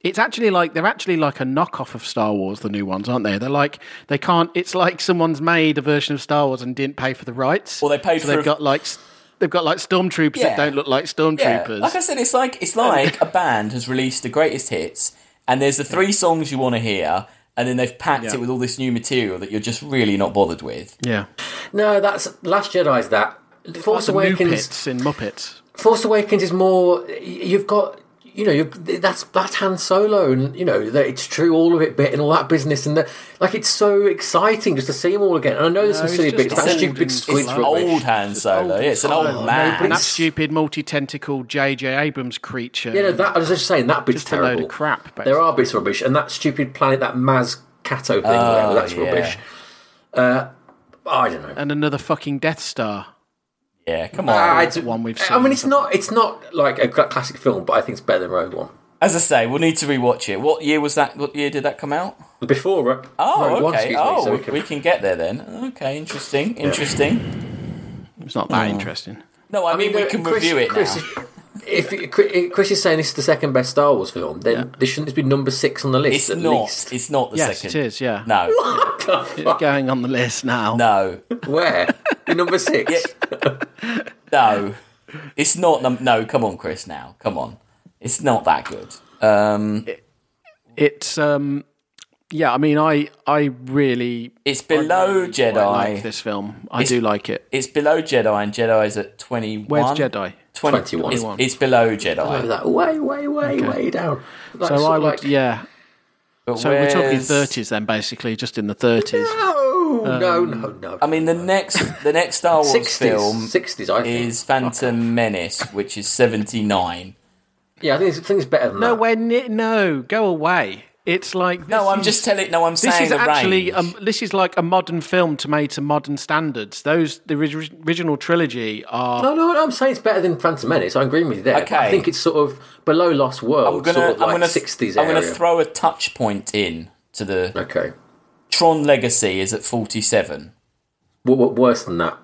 Speaker 1: It's actually like they're actually like a knockoff of Star Wars, the new ones, aren't they? They're like they can't. It's like someone's made a version of Star Wars and didn't pay for the rights.
Speaker 2: Well, they paid
Speaker 1: So
Speaker 2: for
Speaker 1: they've
Speaker 2: a-
Speaker 1: got like s- they've got like stormtroopers
Speaker 2: Yeah.
Speaker 1: that don't look like stormtroopers.
Speaker 2: Like I said, it's like it's like a band has released the greatest hits, and there's the three songs you want to hear, and then they've packed
Speaker 1: Yeah.
Speaker 2: it with all this new material that you're just really not bothered with.
Speaker 1: yeah.
Speaker 3: No, that's Last Jedi's that. Force
Speaker 1: Force like Awakens.
Speaker 3: Awakens.
Speaker 1: Muppets in Muppets.
Speaker 3: Force Awakens is more. y- You've got you know you that's that's Han Solo, and you know that it's true all of it bit and all that business, and the, like it's so exciting just to see them all again. And I know there's some
Speaker 1: it's
Speaker 3: silly
Speaker 1: just
Speaker 3: bits. That
Speaker 1: old
Speaker 3: stupid
Speaker 1: and
Speaker 3: squid
Speaker 2: It's
Speaker 1: slow.
Speaker 3: rubbish.
Speaker 2: old hand solo. Yeah, it's an old
Speaker 1: And
Speaker 2: man.
Speaker 1: that stupid multi-tentacle J.J. Abrams creature.
Speaker 3: You know that I was just saying that bit's
Speaker 1: Just a
Speaker 3: terrible.
Speaker 1: load of crap,
Speaker 3: There are bits rubbish, and that stupid planet, that Maz Kato thing,
Speaker 1: Ah,
Speaker 3: whatever, that's
Speaker 2: yeah.
Speaker 3: rubbish. Uh, I don't know.
Speaker 1: and another fucking Death Star.
Speaker 2: yeah, come
Speaker 3: Ah,
Speaker 2: on.
Speaker 3: it's-
Speaker 1: one we've
Speaker 3: I mean,
Speaker 1: seen.
Speaker 3: it's not it's not like a cl- classic film, but I think it's better than Rogue One.
Speaker 2: As I say, we'll need to rewatch it. What year was that? What year did that come out?
Speaker 3: Before Ro-
Speaker 2: Oh,
Speaker 3: Rogue One,
Speaker 2: okay.
Speaker 3: excuse me,
Speaker 2: oh,
Speaker 3: so
Speaker 2: we, can... get there then. Okay, interesting. Interesting.
Speaker 1: It's not that interesting.
Speaker 2: No, I, mean, we can
Speaker 3: Chris-
Speaker 2: review it
Speaker 3: Chris,
Speaker 2: now.
Speaker 3: If, if Chris is saying this is the second best Star Wars film, then this shouldn't this be number six on the list
Speaker 2: It's
Speaker 3: at
Speaker 2: not.
Speaker 3: least.
Speaker 2: It's not the
Speaker 1: Yes,
Speaker 2: second.
Speaker 1: it is. Yeah,
Speaker 2: No,
Speaker 1: it's going on the list now.
Speaker 2: no,
Speaker 3: Where? Be number six.
Speaker 2: no. It's not. Num- no, come on, Chris. Now, come on. It's not that good. Um,
Speaker 1: It's um, yeah. I mean, I I really
Speaker 2: it's below
Speaker 1: quite
Speaker 2: Jedi.
Speaker 1: like this film. I do like it.
Speaker 2: It's below Jedi, and Jedi is at twenty one.
Speaker 1: Where's Jedi?
Speaker 2: 20,
Speaker 3: 21.
Speaker 2: It's, it's below Jedi.
Speaker 3: Like, way, way, way, way down. Like,
Speaker 1: So
Speaker 3: sort
Speaker 1: I
Speaker 3: of
Speaker 1: would
Speaker 3: like,
Speaker 1: yeah.
Speaker 2: But
Speaker 1: So we're talking
Speaker 2: where's-
Speaker 1: thirties then, basically, just in the thirties.
Speaker 3: No,
Speaker 1: Um,
Speaker 3: no, no, no.
Speaker 2: I mean, the next the next Star Wars film
Speaker 3: sixties, sixties. I think.
Speaker 2: is Phantom Menace, which is seventy nine.
Speaker 3: yeah, I think it's, I think it's better than
Speaker 1: No,
Speaker 3: that.
Speaker 1: where ne- no, go away. It's like this
Speaker 2: No, I'm
Speaker 1: is-
Speaker 2: just telling. No, I'm
Speaker 1: This
Speaker 2: saying
Speaker 1: is
Speaker 2: the
Speaker 1: actually um,
Speaker 2: range.
Speaker 1: this is like a modern film to made to modern standards. Those the ori- original trilogy are
Speaker 3: No, no, no, I'm saying it's better than Phantom Menace. I agree with you there.
Speaker 2: Okay.
Speaker 3: I think it's sort of below Lost World,
Speaker 2: I'm gonna
Speaker 3: sort of
Speaker 2: I'm
Speaker 3: like
Speaker 2: gonna
Speaker 3: 60s
Speaker 2: I'm
Speaker 3: area.
Speaker 2: gonna throw a touch point in to the
Speaker 3: okay.
Speaker 2: Tron Legacy is at forty seven.
Speaker 3: What, what worse than that?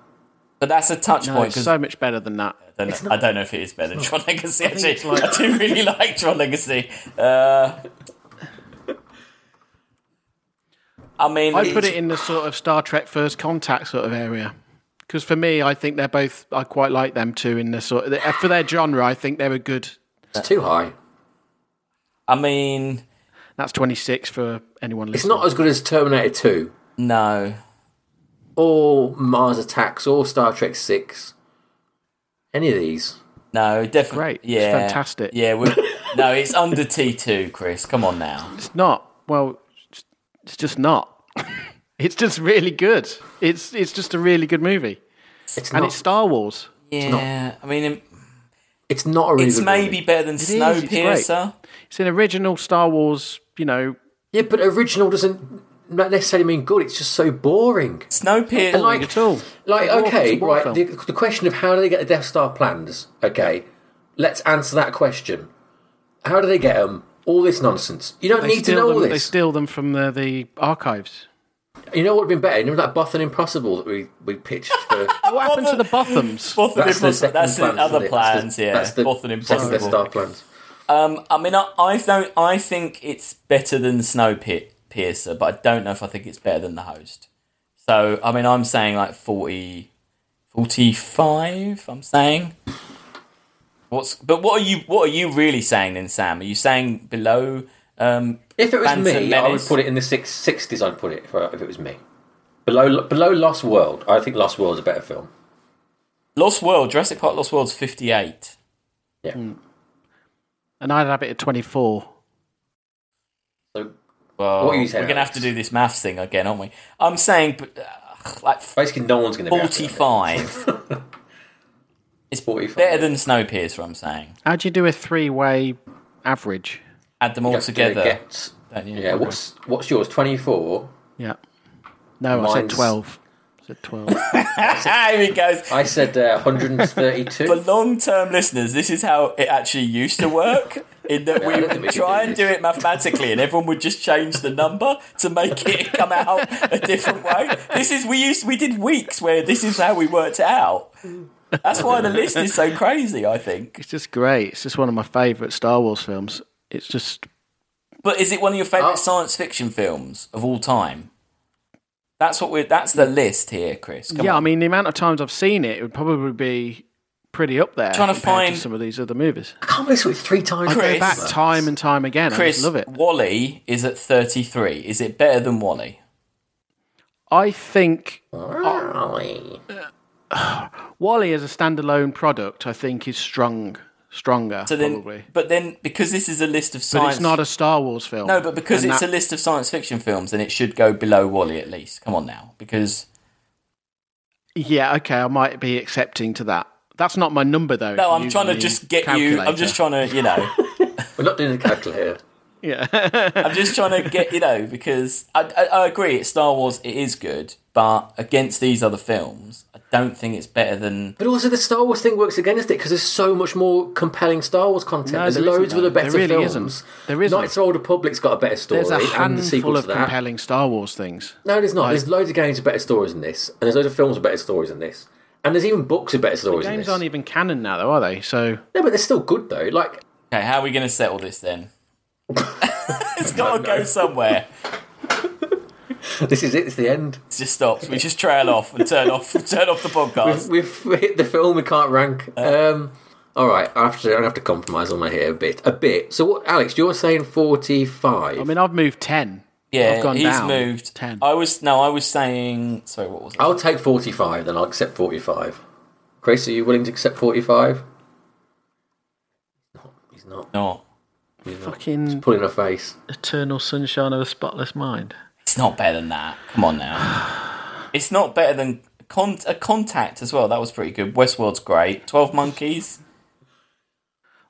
Speaker 2: But that's a touch
Speaker 1: no,
Speaker 2: point
Speaker 1: it's
Speaker 2: 'cause
Speaker 1: so much better than that.
Speaker 2: I don't, know, I don't know if it is better than Tron Legacy. Actually,
Speaker 1: it's like-
Speaker 2: I do really like Tron Legacy. Uh, I mean,
Speaker 1: I put it in the sort of Star Trek First Contact sort of area. Because for me, I think they're both. I quite like them too. In the sort of, for their genre, I think they were good.
Speaker 3: It's too high.
Speaker 2: I mean,
Speaker 1: That's twenty six for anyone listening.
Speaker 3: It's not as good as Terminator 2
Speaker 2: no.
Speaker 3: or Mars Attacks or Star Trek 6. Any of these.
Speaker 2: No, definitely.
Speaker 1: Great. It's
Speaker 2: Yeah,
Speaker 1: fantastic.
Speaker 2: Yeah, we no, it's under T two, Chris. Come on now.
Speaker 1: It's not. Well, it's- it's just not. it's just really good. It's it's just a really good movie,
Speaker 3: It's
Speaker 1: and
Speaker 3: not
Speaker 1: it's Star Wars.
Speaker 2: Yeah, I mean, it-
Speaker 3: it's not a really
Speaker 2: it's
Speaker 3: good
Speaker 2: maybe
Speaker 3: movie.
Speaker 2: better than
Speaker 1: is, it's great.
Speaker 2: Snowpiercer.
Speaker 1: It's an original Star Wars. You know,
Speaker 3: Yeah, but original doesn't not necessarily mean good. It's just so boring.
Speaker 2: Snowpiercer.
Speaker 3: And like,
Speaker 1: at all.
Speaker 3: Like,
Speaker 1: It's a war-
Speaker 3: okay,
Speaker 1: it's a war
Speaker 3: right.
Speaker 1: film.
Speaker 3: The, the question of how do they get the Death Star plans? Okay, let's answer that question. How do they get them? All this nonsense. You don't
Speaker 1: they
Speaker 3: need to
Speaker 1: steal
Speaker 3: know
Speaker 1: them.
Speaker 3: all
Speaker 1: They
Speaker 3: this.
Speaker 1: steal them from the, the archives.
Speaker 3: You know what would have been better? You know that Bothan Impossible that we, we pitched for.
Speaker 1: What happened to the Bothams?
Speaker 2: Both
Speaker 3: That's the
Speaker 2: Impossible.
Speaker 3: second
Speaker 2: That's the
Speaker 3: plan, isn't
Speaker 2: other
Speaker 3: it? That's the-
Speaker 2: plans. yeah,
Speaker 3: that's the
Speaker 2: Both an
Speaker 3: second Death
Speaker 2: Impossible.
Speaker 3: Star plans.
Speaker 2: Um, I mean, I, I don't. I think it's better than Snowpiercer, but I don't know if I think it's better than The Host. So, I mean, I'm saying like 40, 45, I'm saying. What's but what are you what are you really saying then, Sam? Are you saying below? Um,
Speaker 3: If it was
Speaker 2: Phantom
Speaker 3: me, I would
Speaker 2: Menace.
Speaker 3: put it in the six, 60s. I'd put it if, if it was me. Below below Lost World, I think Lost World's a better film.
Speaker 2: Lost World, Jurassic Park, Lost World's fifty eight.
Speaker 3: Yeah.
Speaker 1: Hmm. And I'd have it at twenty four.
Speaker 3: So
Speaker 2: Well,
Speaker 1: Oh,
Speaker 3: What are you
Speaker 2: we're
Speaker 3: saying,
Speaker 2: gonna have
Speaker 3: Alex?
Speaker 2: to do this maths thing again, aren't we? I'm saying but, uh, like
Speaker 3: basically, no one's going to be happy
Speaker 2: forty
Speaker 3: with it.
Speaker 2: five. it's
Speaker 3: 45.
Speaker 2: better than Snowpiercer. I'm saying.
Speaker 1: How do you do a three way average?
Speaker 2: add them all
Speaker 3: Just gonna
Speaker 2: together.
Speaker 3: get-
Speaker 2: don't you?
Speaker 3: Yeah, what's what's yours? Twenty four.
Speaker 1: Yeah. No, I said
Speaker 3: Mine's-
Speaker 1: twelve. I said twelve.
Speaker 2: Ah, here it goes.
Speaker 3: I said uh, one hundred and thirty
Speaker 2: For
Speaker 3: two.
Speaker 2: long-term listeners, this is how it actually used to work. In that
Speaker 3: I
Speaker 2: we
Speaker 3: don't think we
Speaker 2: would
Speaker 3: should
Speaker 2: try
Speaker 3: do
Speaker 2: and do
Speaker 3: this.
Speaker 2: it mathematically, and everyone would just change the number to make it come out a different way. This is we used we did weeks where this is how we worked it out. That's why the list is so crazy. I think.
Speaker 1: it's just great. It's just one of my favourite Star Wars films. It's just
Speaker 2: But is it one of your favorite
Speaker 3: Oh.
Speaker 2: science fiction films of all time? That's what we're. That's the list here, Chris. Come
Speaker 1: yeah.
Speaker 2: on.
Speaker 1: I mean, the amount of times I've seen it, it would probably be pretty up there.
Speaker 2: Trying to
Speaker 1: compared
Speaker 2: find-
Speaker 1: some of these other movies.
Speaker 3: I can't believe it's three times.
Speaker 2: Chris.
Speaker 3: over.
Speaker 1: Back time and time again. I
Speaker 2: Chris,
Speaker 1: just love it.
Speaker 2: Wally is at 33. Is it better than Wally?
Speaker 1: I think
Speaker 3: Wally.
Speaker 1: Wally as a standalone product, I think, is strong, stronger
Speaker 2: So then,
Speaker 1: probably.
Speaker 2: but then because this is a list of
Speaker 1: But
Speaker 2: science,
Speaker 1: it's not a Star Wars film.
Speaker 2: no, but because
Speaker 1: And
Speaker 2: it's
Speaker 1: that-
Speaker 2: a list of science fiction films, then it should go below Wally at least. Come on now, because
Speaker 1: yeah, okay, I might be accepting to that. That's not my number though.
Speaker 2: no,
Speaker 1: if
Speaker 2: I'm
Speaker 1: you
Speaker 2: trying to
Speaker 1: use
Speaker 2: just
Speaker 1: the
Speaker 2: get you. I'm just
Speaker 1: calculator.
Speaker 2: trying to, you know,
Speaker 3: We're not doing the calculator.
Speaker 1: Yeah.
Speaker 2: I'm just trying to get you know because I, I, I agree. It's Star Wars. It is good, but against these other films, I don't think it's better than.
Speaker 3: But also, the Star Wars thing works against it because there's so much more compelling Star Wars content.
Speaker 1: No,
Speaker 3: there's
Speaker 1: there
Speaker 3: loads
Speaker 1: isn't,
Speaker 3: of other
Speaker 1: though. There
Speaker 3: better
Speaker 1: really
Speaker 3: films.
Speaker 1: isn't. There isn't.
Speaker 3: Knights of Old Republic's got a better story.
Speaker 1: There's a
Speaker 3: and the sequel
Speaker 1: handful of
Speaker 3: to that.
Speaker 1: compelling Star Wars things.
Speaker 3: No, there's not. There's loads of games with better stories than this, and there's loads of films with better stories than this, and there's even books with better stories than
Speaker 1: Games
Speaker 3: this.
Speaker 1: aren't even canon now, though, are they? So
Speaker 3: No, but they're still good though. Like
Speaker 2: Okay, how are we going to settle this then? it's got to go somewhere.
Speaker 3: this is it. It's the end.
Speaker 2: It just stops. We just trail off and turn off, turn off the podcast.
Speaker 1: Uh.
Speaker 3: We've, we've hit the film we can't rank. Um, All right, I have to. I have to compromise on my hair a bit. A bit. So, what, Alex? You're saying forty-five.
Speaker 1: I mean, I've moved 10.
Speaker 2: Yeah,
Speaker 1: I've gone
Speaker 2: he's
Speaker 1: down
Speaker 2: moved.
Speaker 1: 10.
Speaker 2: I was no, I was saying. Sorry, what was it?
Speaker 3: I'll take forty-five. Then I'll accept forty-five. Chris, are you willing to accept forty-five? He's not.
Speaker 2: No,
Speaker 3: He's not.
Speaker 1: Fucking
Speaker 3: He's pulling a face.
Speaker 1: Eternal Sunshine of a Spotless Mind.
Speaker 2: it's not better than that. Come on now, it's not better than con- a contact as well. That was pretty good. Westworld's great. Twelve Monkeys.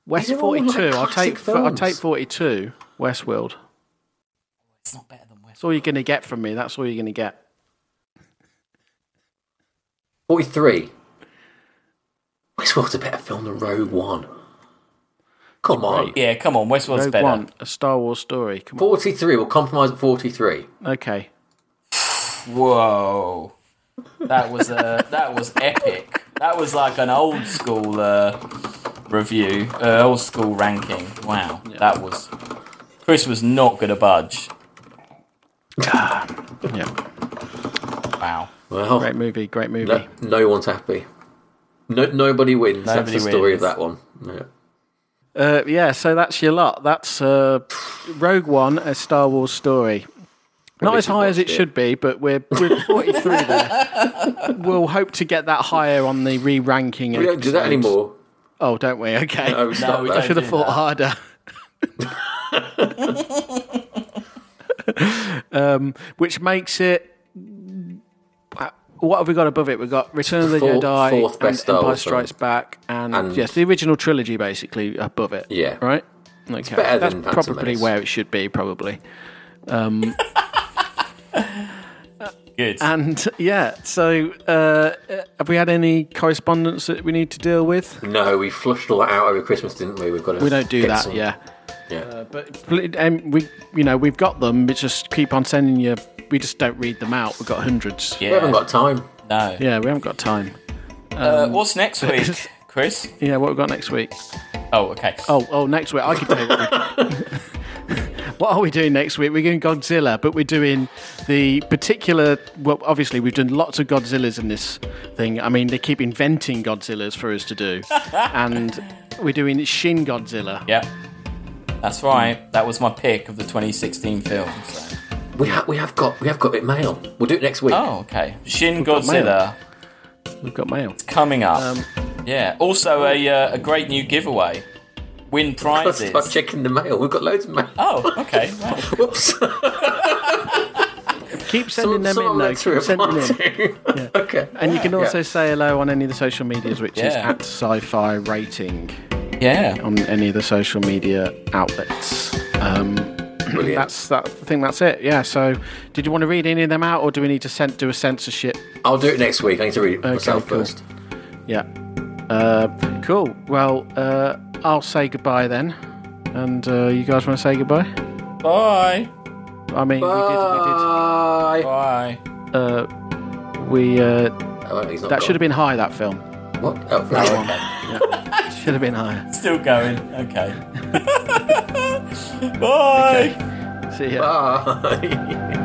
Speaker 1: West
Speaker 3: These are all, like,
Speaker 1: 42. I'll
Speaker 3: classic
Speaker 1: take I'll
Speaker 3: films.
Speaker 1: take 42. Westworld.
Speaker 2: It's not better than Westworld.
Speaker 1: That's all you're going to get from me. That's all you're going to get.
Speaker 3: Forty-three. Westworld's a better film than Rogue One. Come on.
Speaker 2: Yeah, come on, Westworld's
Speaker 1: Rogue
Speaker 2: better.
Speaker 1: One, a Star Wars story. Come on.
Speaker 3: Forty-three. We'll compromise at forty-three.
Speaker 1: Okay.
Speaker 2: Whoa, that was uh, that was epic. That was like an old school uh, review, uh, old school ranking. Wow, that was. Chris was not going to budge.
Speaker 1: Yeah.
Speaker 2: Wow.
Speaker 3: Well,
Speaker 1: Great movie. Great movie.
Speaker 3: no, no one's happy. No, nobody wins.
Speaker 2: Nobody
Speaker 3: That's the story
Speaker 2: wins.
Speaker 3: of that one. Yeah.
Speaker 1: Uh, yeah, so that's your lot. That's uh, Rogue One, a Star Wars story. Not as
Speaker 3: least
Speaker 1: high
Speaker 3: you've
Speaker 1: as it
Speaker 3: watched it.
Speaker 1: should be, but we're, we're 43 there. We'll hope to get that higher on the re ranking.
Speaker 3: We don't do that anymore.
Speaker 1: Oh, don't we? Okay.
Speaker 3: No, we stopped
Speaker 2: we
Speaker 3: that.
Speaker 1: I should have
Speaker 2: do
Speaker 1: thought
Speaker 2: that.
Speaker 1: harder. um, which makes it. What have we got above it? We've got Return of the
Speaker 3: Fourth-
Speaker 1: Jedi,
Speaker 3: fourth
Speaker 1: and
Speaker 3: best Star
Speaker 1: Empire
Speaker 3: Wars film.
Speaker 1: Strikes Back, and,
Speaker 3: And-
Speaker 1: yes, the original trilogy basically above it.
Speaker 3: Yeah.
Speaker 1: right. Okay,
Speaker 3: better
Speaker 1: that's
Speaker 3: than Phantom
Speaker 1: probably
Speaker 3: Menace.
Speaker 1: where it should be. Probably.
Speaker 2: Good.
Speaker 1: And yeah, so uh, uh, have we had any correspondence that we need to deal with?
Speaker 3: No, we flushed all that out over Christmas, didn't we? We've got to
Speaker 1: We don't do
Speaker 3: get
Speaker 1: that.
Speaker 3: some-
Speaker 1: Yeah. Uh,
Speaker 3: yeah.
Speaker 1: But um, we, you know, we've got them. We just keep on sending you. We just don't read them out. We've got hundreds.
Speaker 2: yeah.
Speaker 3: We haven't got time.
Speaker 2: no.
Speaker 1: Yeah, we haven't got time.
Speaker 2: Uh, what's next week, Chris?
Speaker 1: Yeah, what we've got next week?
Speaker 2: Oh, okay.
Speaker 1: Oh, oh, next week I could tell you. What, we- what are we doing next week? We're doing Godzilla, but we're doing the particular. Well, obviously we've done lots of Godzillas in this thing. I mean, they keep inventing Godzillas for us to do, and we're doing Shin Godzilla.
Speaker 2: Yep. That's right. That was my pick of the 2016 film. So.
Speaker 3: We have we have got we have got it mail. We'll do it next week.
Speaker 2: Oh, okay. Shin
Speaker 1: got Um, mail.
Speaker 2: Godzilla
Speaker 1: We've got mail.
Speaker 2: coming up. yeah. Also, a, uh, a great new giveaway. Win
Speaker 3: Let's
Speaker 2: prizes.
Speaker 3: start checking the mail. We've got loads of mail.
Speaker 2: Oh, okay. Wow.
Speaker 3: Whoops.
Speaker 1: Keep sending them in,
Speaker 3: Someone
Speaker 1: though.
Speaker 3: had to
Speaker 1: Keep sending
Speaker 3: reply
Speaker 1: in.
Speaker 3: to. Okay.
Speaker 1: And you can also
Speaker 3: Yeah.
Speaker 1: say hello on any of the social medias, which is
Speaker 2: Yeah.
Speaker 1: at sci fi rating
Speaker 2: Yeah.
Speaker 1: on any of the social media outlets. Um,
Speaker 3: Brilliant.
Speaker 1: that's that. I think that's it. Yeah. So, did you want to read any of them out, or do we need to send, do a censorship?
Speaker 3: I'll do it next week. I need to read it myself
Speaker 1: cool.
Speaker 3: first.
Speaker 1: Yeah. Uh, cool. Well, uh, I'll say goodbye then. And uh, you guys want to say goodbye?
Speaker 2: Bye.
Speaker 1: I mean,
Speaker 3: Bye.
Speaker 2: Bye.
Speaker 1: Uh, we did. We did. We uh,
Speaker 3: Oh, he's not
Speaker 1: that
Speaker 3: gone.
Speaker 1: should have been high. That film
Speaker 3: What? Oh, no. okay.
Speaker 1: should have been higher.
Speaker 2: Still going. Okay. Bye.
Speaker 1: See ya.
Speaker 3: Bye.